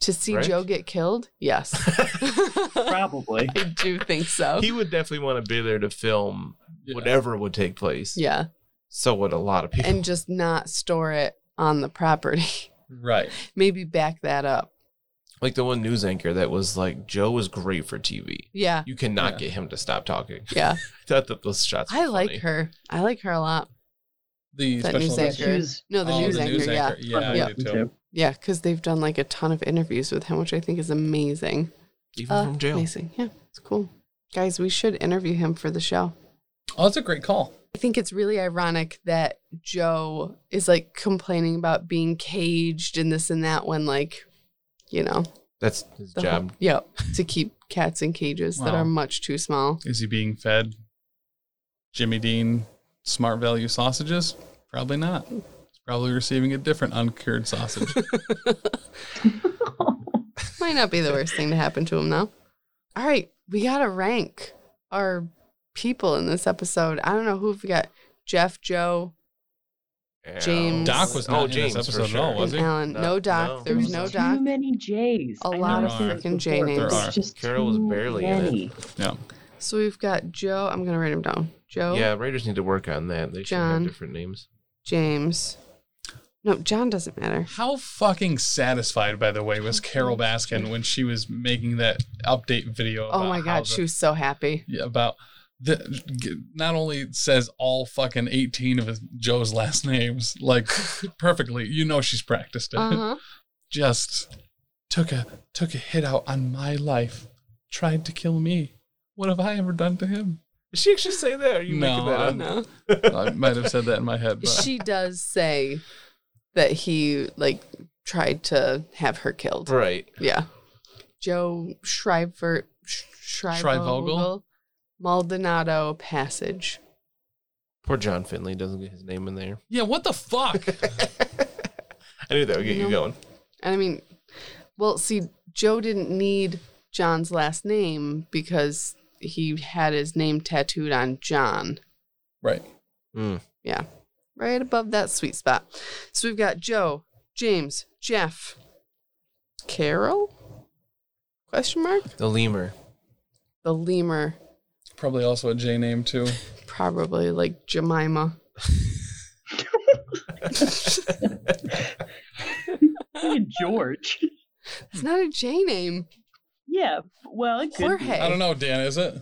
S1: to see
S4: Rick?
S1: Joe get killed? Yes, I
S2: Probably.
S1: do think so.
S4: He would definitely want to be there to film
S3: Yeah.
S4: whatever would take place.
S1: yeah,
S4: So would a lot of people.
S1: and just not store it on the property.
S3: Right.
S1: Maybe back that up.
S4: like the one news anchor that was like, Joe was great for TV.
S1: Yeah,
S4: You cannot
S3: Yeah.
S4: get him to stop talking.
S1: yeah.
S4: I thought that those shots. Were
S1: I like
S4: funny.
S1: her. I like her a lot.
S3: The
S1: That
S3: special
S1: news
S3: events-
S1: anchor.
S2: She's
S1: No, the
S3: Oh,
S1: news anchor. Yeah,
S3: Yeah, I
S1: Yeah.
S3: do too.
S1: yeah, because they've done like a ton of interviews with him, which I think is amazing. Uh,
S4: even from jail.
S1: Amazing. Yeah, it's cool. Guys, we should interview him for the show.
S3: Oh, that's a great call.
S1: I think it's really ironic that Joe is like complaining about being caged and this and that when like, you know,
S4: That's his
S1: the whole-
S4: job.
S1: yep, to keep cats in cages that
S3: Wow.
S1: are much too small.
S3: Is he being fed Jimmy Dean smart value sausages? Probably not. He's probably receiving a different uncured sausage.
S1: Might not be the worst thing to happen to him though. All right, we gotta rank our people in this episode. I don't know who we got. Jeff, Joe, James.
S3: Doc was not
S4: Oh,
S3: in this episode at all, was
S1: and
S3: he?
S1: Alan.
S4: No,
S1: No, doc.
S4: no.
S1: There was no
S2: too
S1: doc.
S2: many J's.
S1: A
S2: I
S1: lot
S2: know
S3: of
S2: I've said
S1: freaking
S2: this
S1: J
S2: before,
S1: names.
S2: but
S3: There are.
S2: It's just
S4: Carol was
S2: too
S4: barely in it.
S2: many.
S1: So we've got Joe. I'm gonna write him down. Joe,
S4: Yeah, Raiders need to work on that. They should
S1: John.
S4: have different names.
S1: James. No, John doesn't matter.
S3: How fucking satisfied, by the way, was Carol Baskin when she was making that update video?
S1: Oh
S3: about
S1: my
S3: how
S1: God,
S3: the-
S1: she was so happy.
S3: yeah, about the g- not only says all fucking 18 of his, Joe's last names like perfectly you know she's practiced it
S1: Uh
S4: Uh-huh.
S1: huh.
S3: just took a took a hit out on my life tried to kill me what have I ever done to him?
S4: Did she actually say that? Or are you
S3: No,
S4: making that up?
S3: I'm-
S1: No.
S3: I might have said that in my head, but
S1: She does say that he like tried to have her killed.
S4: Right.
S1: Yeah. Joe Shriver Sh- Shrivogel
S3: Shrivogel?
S1: Maldonado Passage.
S4: Poor John Finley doesn't get his name in there.
S3: yeah, what the fuck?
S4: I knew that would get you
S1: No.
S4: going.
S1: And I mean, well, see, Joe didn't need John's last name because he had his name tattooed on John.
S3: right.
S4: Hmm.
S1: right above that sweet spot. So we've got Joe, James, Jeff, Carol? Question mark?
S4: The lemur.
S1: The lemur,
S3: Probably also a J name too.
S1: probably like Jemima.
S2: Look at George.
S1: It's not a J name.
S2: Yeah. Well, it could be.
S1: Jorge.
S3: I don't know, Dan, is it?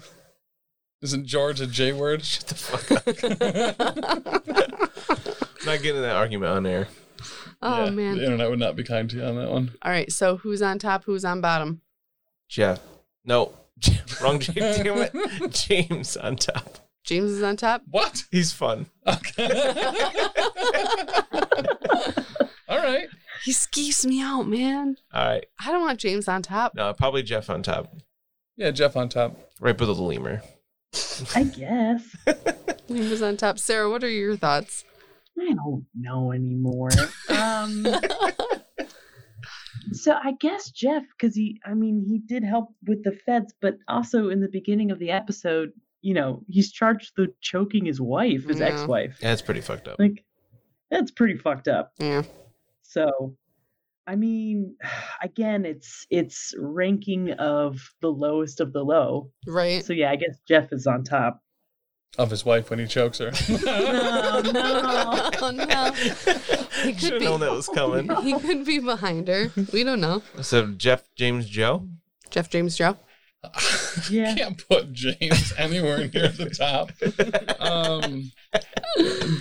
S3: Isn't George a J word? Shut the fuck up.
S4: Not getting that argument on air.
S1: Oh
S3: Yeah,
S1: man.
S3: The internet would not be kind to you on that one.
S1: All right, so who's on top, who's on bottom?
S4: Jeff. No. Wrong James. Damn it. James on top.
S1: James is on top.
S3: What?
S4: He's fun.
S3: Okay. All right.
S1: He skeeves me out, man.
S4: All right.
S1: I don't want James on top.
S4: No, Uh, probably Jeff on top.
S3: Yeah, Jeff on top.
S4: Right below the lemur.
S2: I guess.
S1: James is on top. Sarah, what are your thoughts?
S2: I don't know anymore.
S3: Um,
S2: So I guess Jeff, because he, I mean, he did help with the feds, but also in the beginning of the episode, you know, he's charged with choking his wife, his
S1: Yeah.
S2: ex-wife.
S4: That's pretty fucked up.
S2: Like, that's pretty fucked up.
S1: Yeah.
S2: So, I mean, again, it's it's ranking of the lowest of the low.
S1: Right?
S2: So yeah, I guess Jeff is on top.
S3: of his wife when he chokes her.
S2: No, no.
S1: Oh, no. He could
S4: Should have
S1: be.
S4: known that was coming.
S1: He could be behind her. We don't know.
S4: So Jeff James Joe.
S1: Jeff James Joe.
S2: Yeah.
S3: Can't put James anywhere near the top. Um,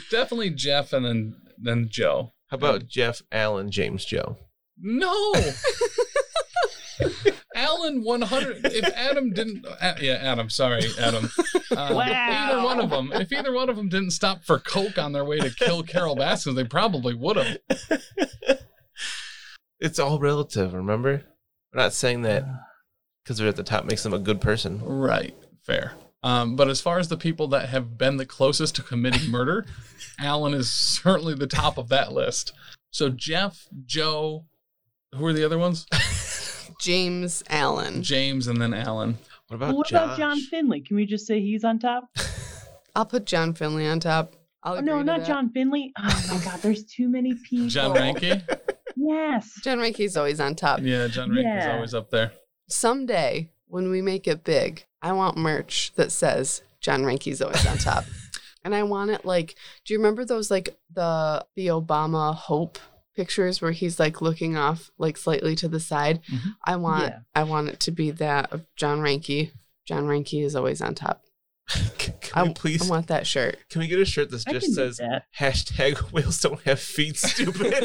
S3: definitely Jeff and then then Joe.
S4: How about Jeff Allen James Joe?
S3: No. Alan 100. If Adam didn't, uh, yeah, Adam. Sorry, Adam. Um,
S2: Wow.
S3: Either one of them. If either one of them didn't stop for coke on their way to kill Carol Baskins, they probably would have.
S4: It's all relative. Remember, we're not saying that because they're at the top makes them a good person.
S3: Right. Fair. Um, but as far as the people that have been the closest to committing murder, Alan is certainly the top of that list. So Jeff, Joe, who are the other ones?
S1: James Allen.
S3: James and then Alan.
S4: What about
S2: What
S4: Josh?
S2: about John Finley? Can we just say he's on top?
S1: I'll put John Finley on top. I'll
S2: Oh,
S1: agree
S2: no,
S1: to
S2: not
S1: that.
S2: John Finley. Oh my God, there's too many people.
S3: John Ranke.
S2: Yes.
S1: John Reicke's always on top.
S3: Yeah, John Ranke is
S2: Yeah.
S3: always up there.
S1: Someday, when we make it big, I want merch that says John Ranke's always on top. and I want it like, do you remember those like the the Obama hope pictures where he's like looking off like slightly to the side?
S3: Mhm.
S1: I want
S2: Yeah.
S1: I want it to be that of John Ranke. John Ranke is always on top.
S4: Can, can
S1: I,
S4: we please?
S1: I want that shirt.
S4: can we get a shirt that
S2: I
S4: just
S2: can do
S4: says
S2: that.
S4: hashtag whales don't have feet? Stupid.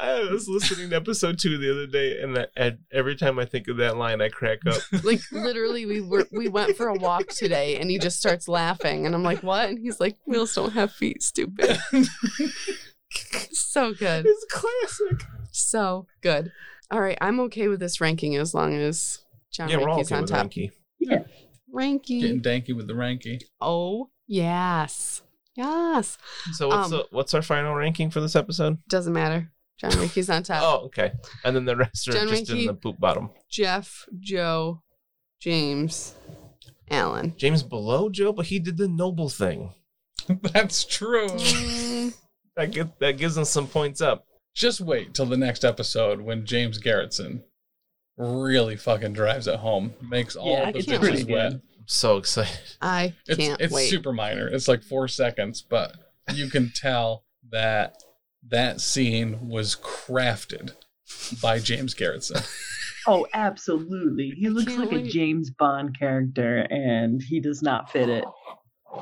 S4: I was listening to episode two the other day, and, I, and every time I think of that line, I crack up.
S1: Like literally, we were we went for a walk today, and he just starts laughing, and I'm like, "What?" And he's like, "Wheels don't have feet, stupid." so good,
S4: It's classic.
S1: so good. All right, I'm okay with this ranking as long as John
S4: yeah, we're all
S1: Ranke's
S4: okay
S1: on
S4: with
S1: top.
S4: Ranky.
S1: Ranky,
S3: Getting danky with the Ranke.
S1: oh yes, yes.
S4: So what's
S1: Um,
S4: the, what's our final ranking for this episode?
S1: Doesn't matter. John Ranke's on top.
S4: Oh, okay. And then the rest are
S1: John
S4: just
S1: Ranky.
S4: in the poop bottom.
S1: Jeff, Joe, James, Alan.
S4: James below Joe, but he did the noble thing.
S3: That's true.
S1: Mm,
S4: That get, that gives him some points up.
S3: Just wait till the next episode when James Garretson really fucking drives it home, makes all
S2: Yeah,
S3: the
S1: I can't
S3: bitches
S2: wait.
S3: wet.
S4: I'm so excited.
S1: I
S3: It's
S1: can't
S3: it's
S1: wait.
S3: super minor. It's like four seconds, but you can tell that that scene was crafted by James Garretson.
S2: Oh, absolutely. He
S1: I
S2: looks
S1: can't
S2: like a
S1: wait.
S2: James Bond character, and he does not fit it,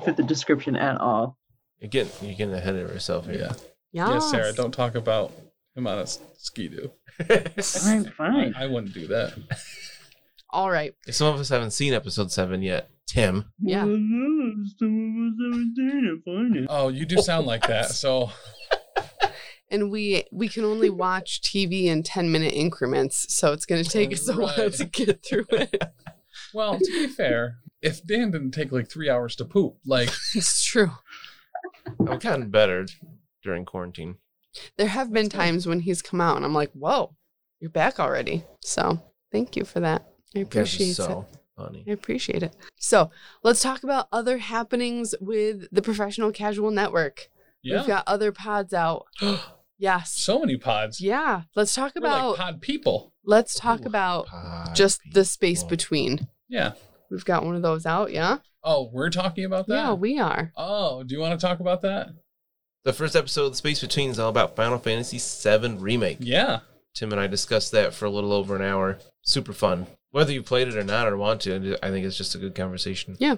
S2: fit the description at all.
S4: You're getting you're getting ahead of yourself here.
S3: Yeah.
S1: yes.
S3: Yeah, Sarah, don't talk about him on a ski doo.
S2: I'm fine.
S3: I wouldn't do that.
S1: All right.
S4: If some of us haven't seen episode seven yet, Tim.
S1: Yeah.
S2: Well, no, it's the one with seventeen, I find it.
S3: Oh, you do sound like that. So
S1: and we we can only watch TV in 10 minute increments, so it's going to take us a while
S3: Right.
S1: to get through it.
S3: well, to be fair, if Dan didn't take like three hours to poop, like
S1: it's true.
S4: I've gotten better during quarantine.
S1: There have been times when he's come out and I'm like, "Whoa, you're back already." So, thank you for that. I
S4: You guys are
S1: appreciate
S4: so funny.
S1: it. I appreciate it. So, let's talk about other happenings with the Professional Casual Network. We've
S3: yeah.
S1: got other pods out. Yes.
S3: so many pods.
S1: Yeah. Let's talk
S3: We're
S1: about
S3: like pod people.
S1: let's talk
S4: Ooh,
S1: about
S4: Pod
S1: just the space
S4: people.
S1: between.
S3: Yeah.
S1: We've got one of those out, yeah?
S3: Oh, we're talking about that?
S1: Yeah, we are.
S3: oh, do you want to talk about that?
S4: The first episode of the Space Between is all about Final Fantasy VII Remake.
S3: Yeah.
S4: Tim and I discussed that for a little over an hour. Super fun. Whether you played it or not or want to, I think it's just a good conversation.
S3: Yeah.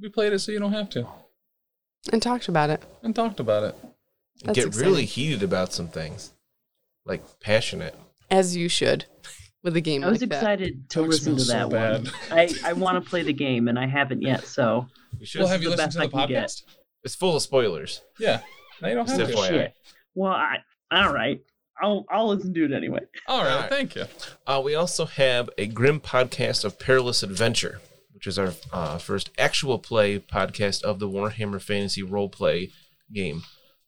S3: We played it so you don't have to.
S1: And talked about it.
S3: and talked about it.
S1: That's
S4: Get
S1: exciting.
S4: really heated about some things, like passionate.
S1: as you should with a game
S2: I was
S1: like that.
S2: excited to
S3: Talk
S2: listen to
S3: smells so
S2: that
S3: bad.
S2: one. I, I want to play the game, and I haven't yet, so
S4: We should.
S3: Well, have
S2: is
S3: you
S2: the
S3: listened
S2: best
S3: to
S2: I
S3: the
S2: can get.
S3: podcast?
S4: it's full of spoilers.
S3: Yeah. Now you don't have
S4: Except
S3: to.
S4: for-
S2: Oh, shit. Well, I, all right. I'll, I'll listen to it anyway.
S3: All right.
S4: All right.
S3: Thank you.
S4: Uh, we also have a grim podcast of perilous adventure, which which is our uh, first actual play podcast of the Warhammer Fantasy Roleplay game,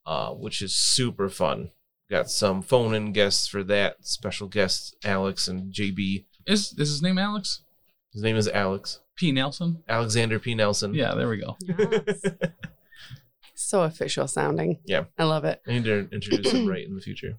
S4: uh, which is super fun. Got some phone in guests for that. Special guests Alex and JB.
S3: Is is his name Alex
S4: His name is Alex.
S3: P Nelson?
S4: Alexander P.
S2: Mm-hmm.
S4: Nelson.
S3: Yeah, there we go.
S1: Yes. so official sounding.
S4: Yeah.
S1: I love it.
S4: I need to introduce him right in the future.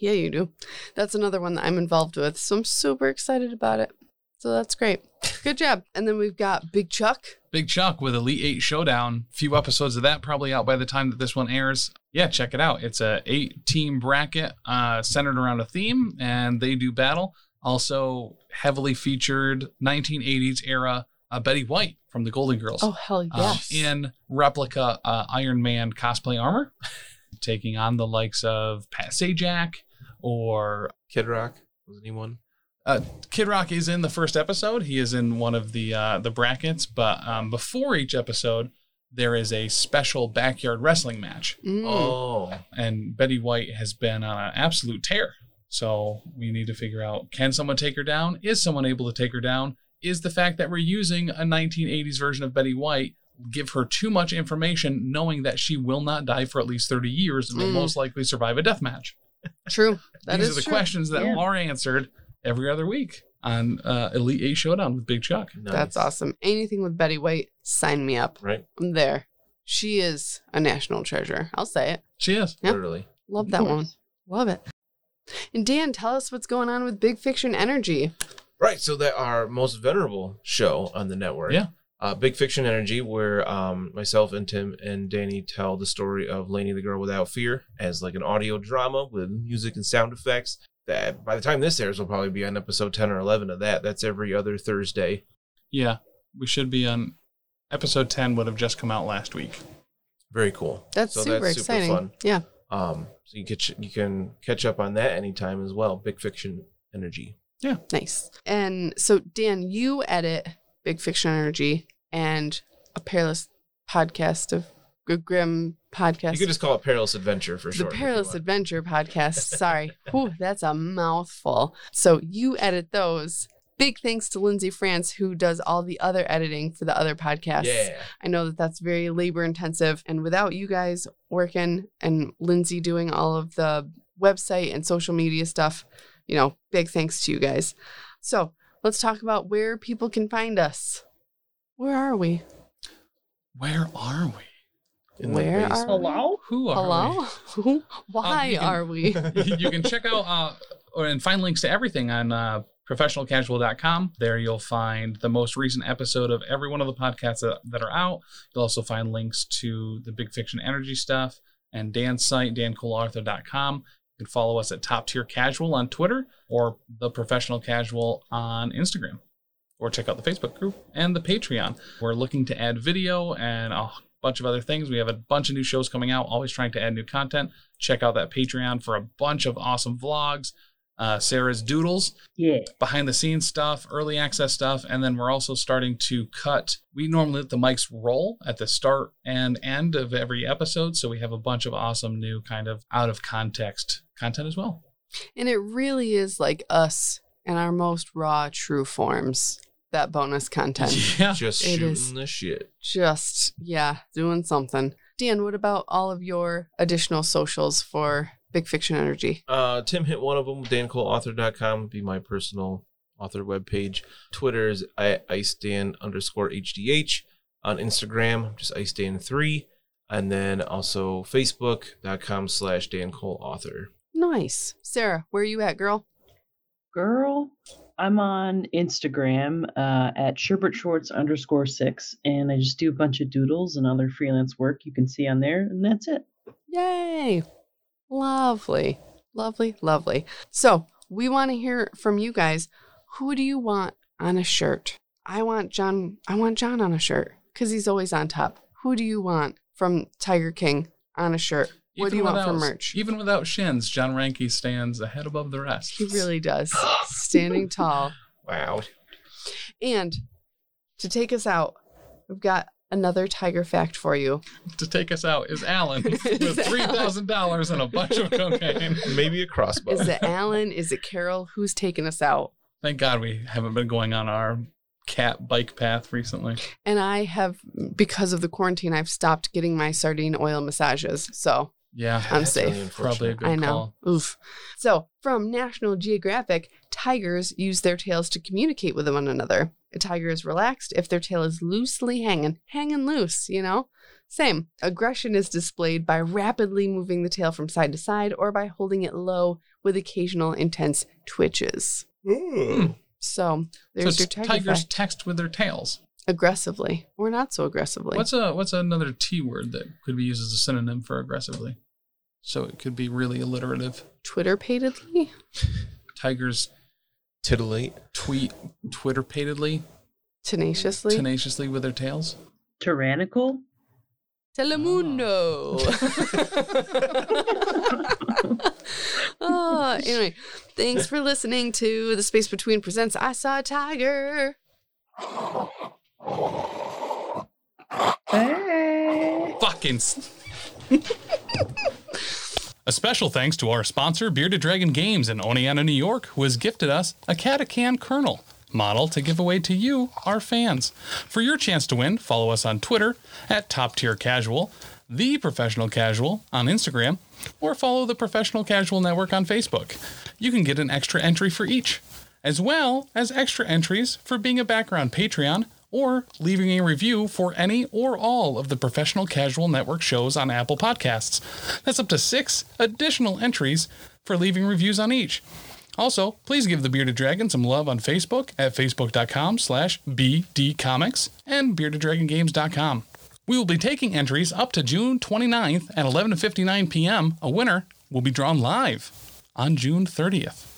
S1: Yeah, you do. That's another one that I'm involved with. So I'm super excited about it. So that's great. Good job. And then we've got Big Chuck.
S3: Big Chuck with Elite Eight Showdown. Few episodes of that probably out by the time that this one airs. Yeah, check it out. It's a eight team bracket uh, centered around a theme, and they do battle. Also heavily featured 1980s era uh, Betty White from the Golden Girls
S1: Oh, hell
S3: um,
S1: yes.
S3: in replica uh, Iron Man cosplay armor, taking on the likes of Pat Sajak or
S4: Kid Rock was anyone?
S3: Kid Rock is in the first episode. He is in one of the uh, the brackets, but um, before each episode, there is a special backyard wrestling match,
S1: Mm.
S4: Oh,
S3: and Betty White has been on an absolute tear. So we need to figure out: can someone take her down? Is someone able to take her down? Is the fact that we're using a 1980s version of Betty White give her too much information, knowing that she will not die for at least 30 years and will
S1: Mm.
S3: most likely survive a death match?
S1: True. That
S3: These
S1: is
S3: are the
S1: true.
S3: questions that
S2: Yeah.
S3: are answered every other week on uh, Elite Eight Showdown with Big Chuck.
S4: nice.
S1: That's awesome. Anything with Betty White, sign me up.
S4: Right?
S1: I'm there. She is a national treasure. I'll say it.
S3: She is.
S1: Yep.
S4: Literally.
S1: Love
S2: Of
S1: that
S2: course.
S1: one. Love it. And Dan, tell us what's going on with Big Fiction Energy.
S4: Right. So that our most venerable show on the network.
S3: Yeah.
S4: Uh, Big Fiction Energy, where um, myself and Tim and Danny tell the story of Lainey the Girl Without Fear as like an audio drama with music and sound effects. That by the time this airs, will probably be on episode 10 or 11 of that. That's every other Thursday.
S3: Yeah. We should be on episode 10, would have just come out last week.
S4: Very cool.
S1: That's super exciting. Yeah.
S4: Um, so you, catch, you can catch up on that anytime as well. Big Fiction Energy.
S1: Nice. And so, Dan, you edit Big Fiction Energy and a Peerless podcast of Gr- Grim podcast.
S4: You could just call it Perilous Adventure for
S1: the
S4: sure.
S1: Peerless Adventure podcast. Sorry. Whew, that's a mouthful. So, you edit those. Big thanks to Lindsay France, who does all the other editing for the other podcasts.
S4: Yeah.
S1: I know that that's very labor intensive. And without you guys working and Lindsay doing all of the website and social media stuff, you know, big thanks to you guys. So let's talk about where people can find us. Where are we?
S3: Where are we?
S4: In the
S1: Where
S4: basement.
S1: are
S2: Hello?
S3: Who are
S1: Hello? Who? Why
S3: you can-
S1: are we?
S3: we? you can check out uh, or, and find links to everything on uh, professionalcasual.com. There you'll find the most recent episode of every one of the podcasts that, that are out. You'll also find links to the Big Fiction Energy stuff and Dan's site, dancolartho.com. You can follow us at Top Tier Casual on Twitter or The Professional Casual on Instagram. Or check out the Facebook group and the Patreon. We're looking to add video and a bunch of other things. We have a bunch of new shows coming out, always trying to add new content. Check out that Patreon for a bunch of awesome vlogs, uh, Sarah's doodles,
S2: Yeah.
S3: behind the scenes stuff, early access stuff, and then we're also starting to cut. We normally let the mics roll at the start and end of every episode, so we have a bunch of awesome new kind of out of context content as well.
S1: And it really is like us in our most raw, true forms, that bonus content.
S3: Yeah.
S4: Just
S1: It
S4: shooting
S1: is.
S4: the shit.
S1: just yeah doing something dan what about all of your additional socials for big fiction energy
S4: Uh, Tim hit one of them. DanColeAuthor.com would be my personal author webpage. Twitter is I- IceDan underscore HDH. On Instagram, just IceDan3. And then also Facebook.com slash DanColeAuthor.
S1: nice sarah where you at girl
S2: Girl, I'm on Instagram uh, at Sherbert Schwartz underscore six, and I just do a bunch of doodles and other freelance work you can see on there, and that's it.
S1: Yay! Lovely, lovely, lovely. So, we want to hear from you guys. Who do you want on a shirt? I want John. I want John on a shirt because he's always on top. Who do you want from Tiger King on a shirt? What do you want
S3: without-
S1: from merch?
S3: Even without shins, John Ranke stands ahead above the rest.
S1: He really does. Standing tall.
S4: Wow.
S1: And to take us out, we've got another tiger fact for you.
S3: to take us out is Alan
S1: Is
S3: with three thousand dollars and a bunch of cocaine.
S4: Maybe a crossbow.
S1: Is it Alan? Is it Carol? Who's taking us out?
S3: Thank God we haven't been going on our cat bike path recently.
S1: And I have, because of the quarantine, I've stopped getting my sardine oil massages. So
S3: Yeah,
S1: I'm
S4: That's
S1: safe.
S4: unfortunate.
S3: probably a good
S1: I know.
S3: call.
S1: Oof. So, from National Geographic, tigers use their tails to communicate with one another. A tiger is relaxed if their tail is loosely hanging, hanging loose, you know? Same. Aggression is displayed by rapidly moving the tail from side to side or by holding it low with occasional intense twitches.
S4: Hmm.
S1: So, there's
S3: so
S1: your
S3: it's
S1: tiger
S3: tigers
S1: fact.
S3: text with their tails.
S1: Aggressively or not so aggressively.
S3: What's a what's another T word that could be used as a synonym for aggressively? So it could be really alliterative.
S1: Twitter patedly?
S3: Tigers
S4: Titillate.
S3: tweet Twitter patedly,
S1: Tenaciously?
S3: tenaciously with their tails.
S2: Tyrannical?
S1: Telemundo. oh, anyway, thanks for listening to The Space Between Presents I Saw a Tiger.
S3: Fucking. s- a special thanks to our sponsor, Bearded Dragon Games in Oneana, New York, who has gifted us a Catacan Kernel model to give away to you, our fans. For your chance to win, follow us on Twitter at Top Tier Casual, The Professional Casual on Instagram, or follow the Professional Casual Network on Facebook. You can get an extra entry for each as well as extra entries for being a background Patreon or leaving a review for any or all of the Professional Casual Network shows on Apple Podcasts. That's up to six additional entries for leaving reviews on each. Also, please give the Bearded Dragon some love on Facebook at facebook.com slash bdcomics and beardeddragongames.com. We will be taking entries up to June 29th at 11.59 p.m. A winner will be drawn live on June 30th.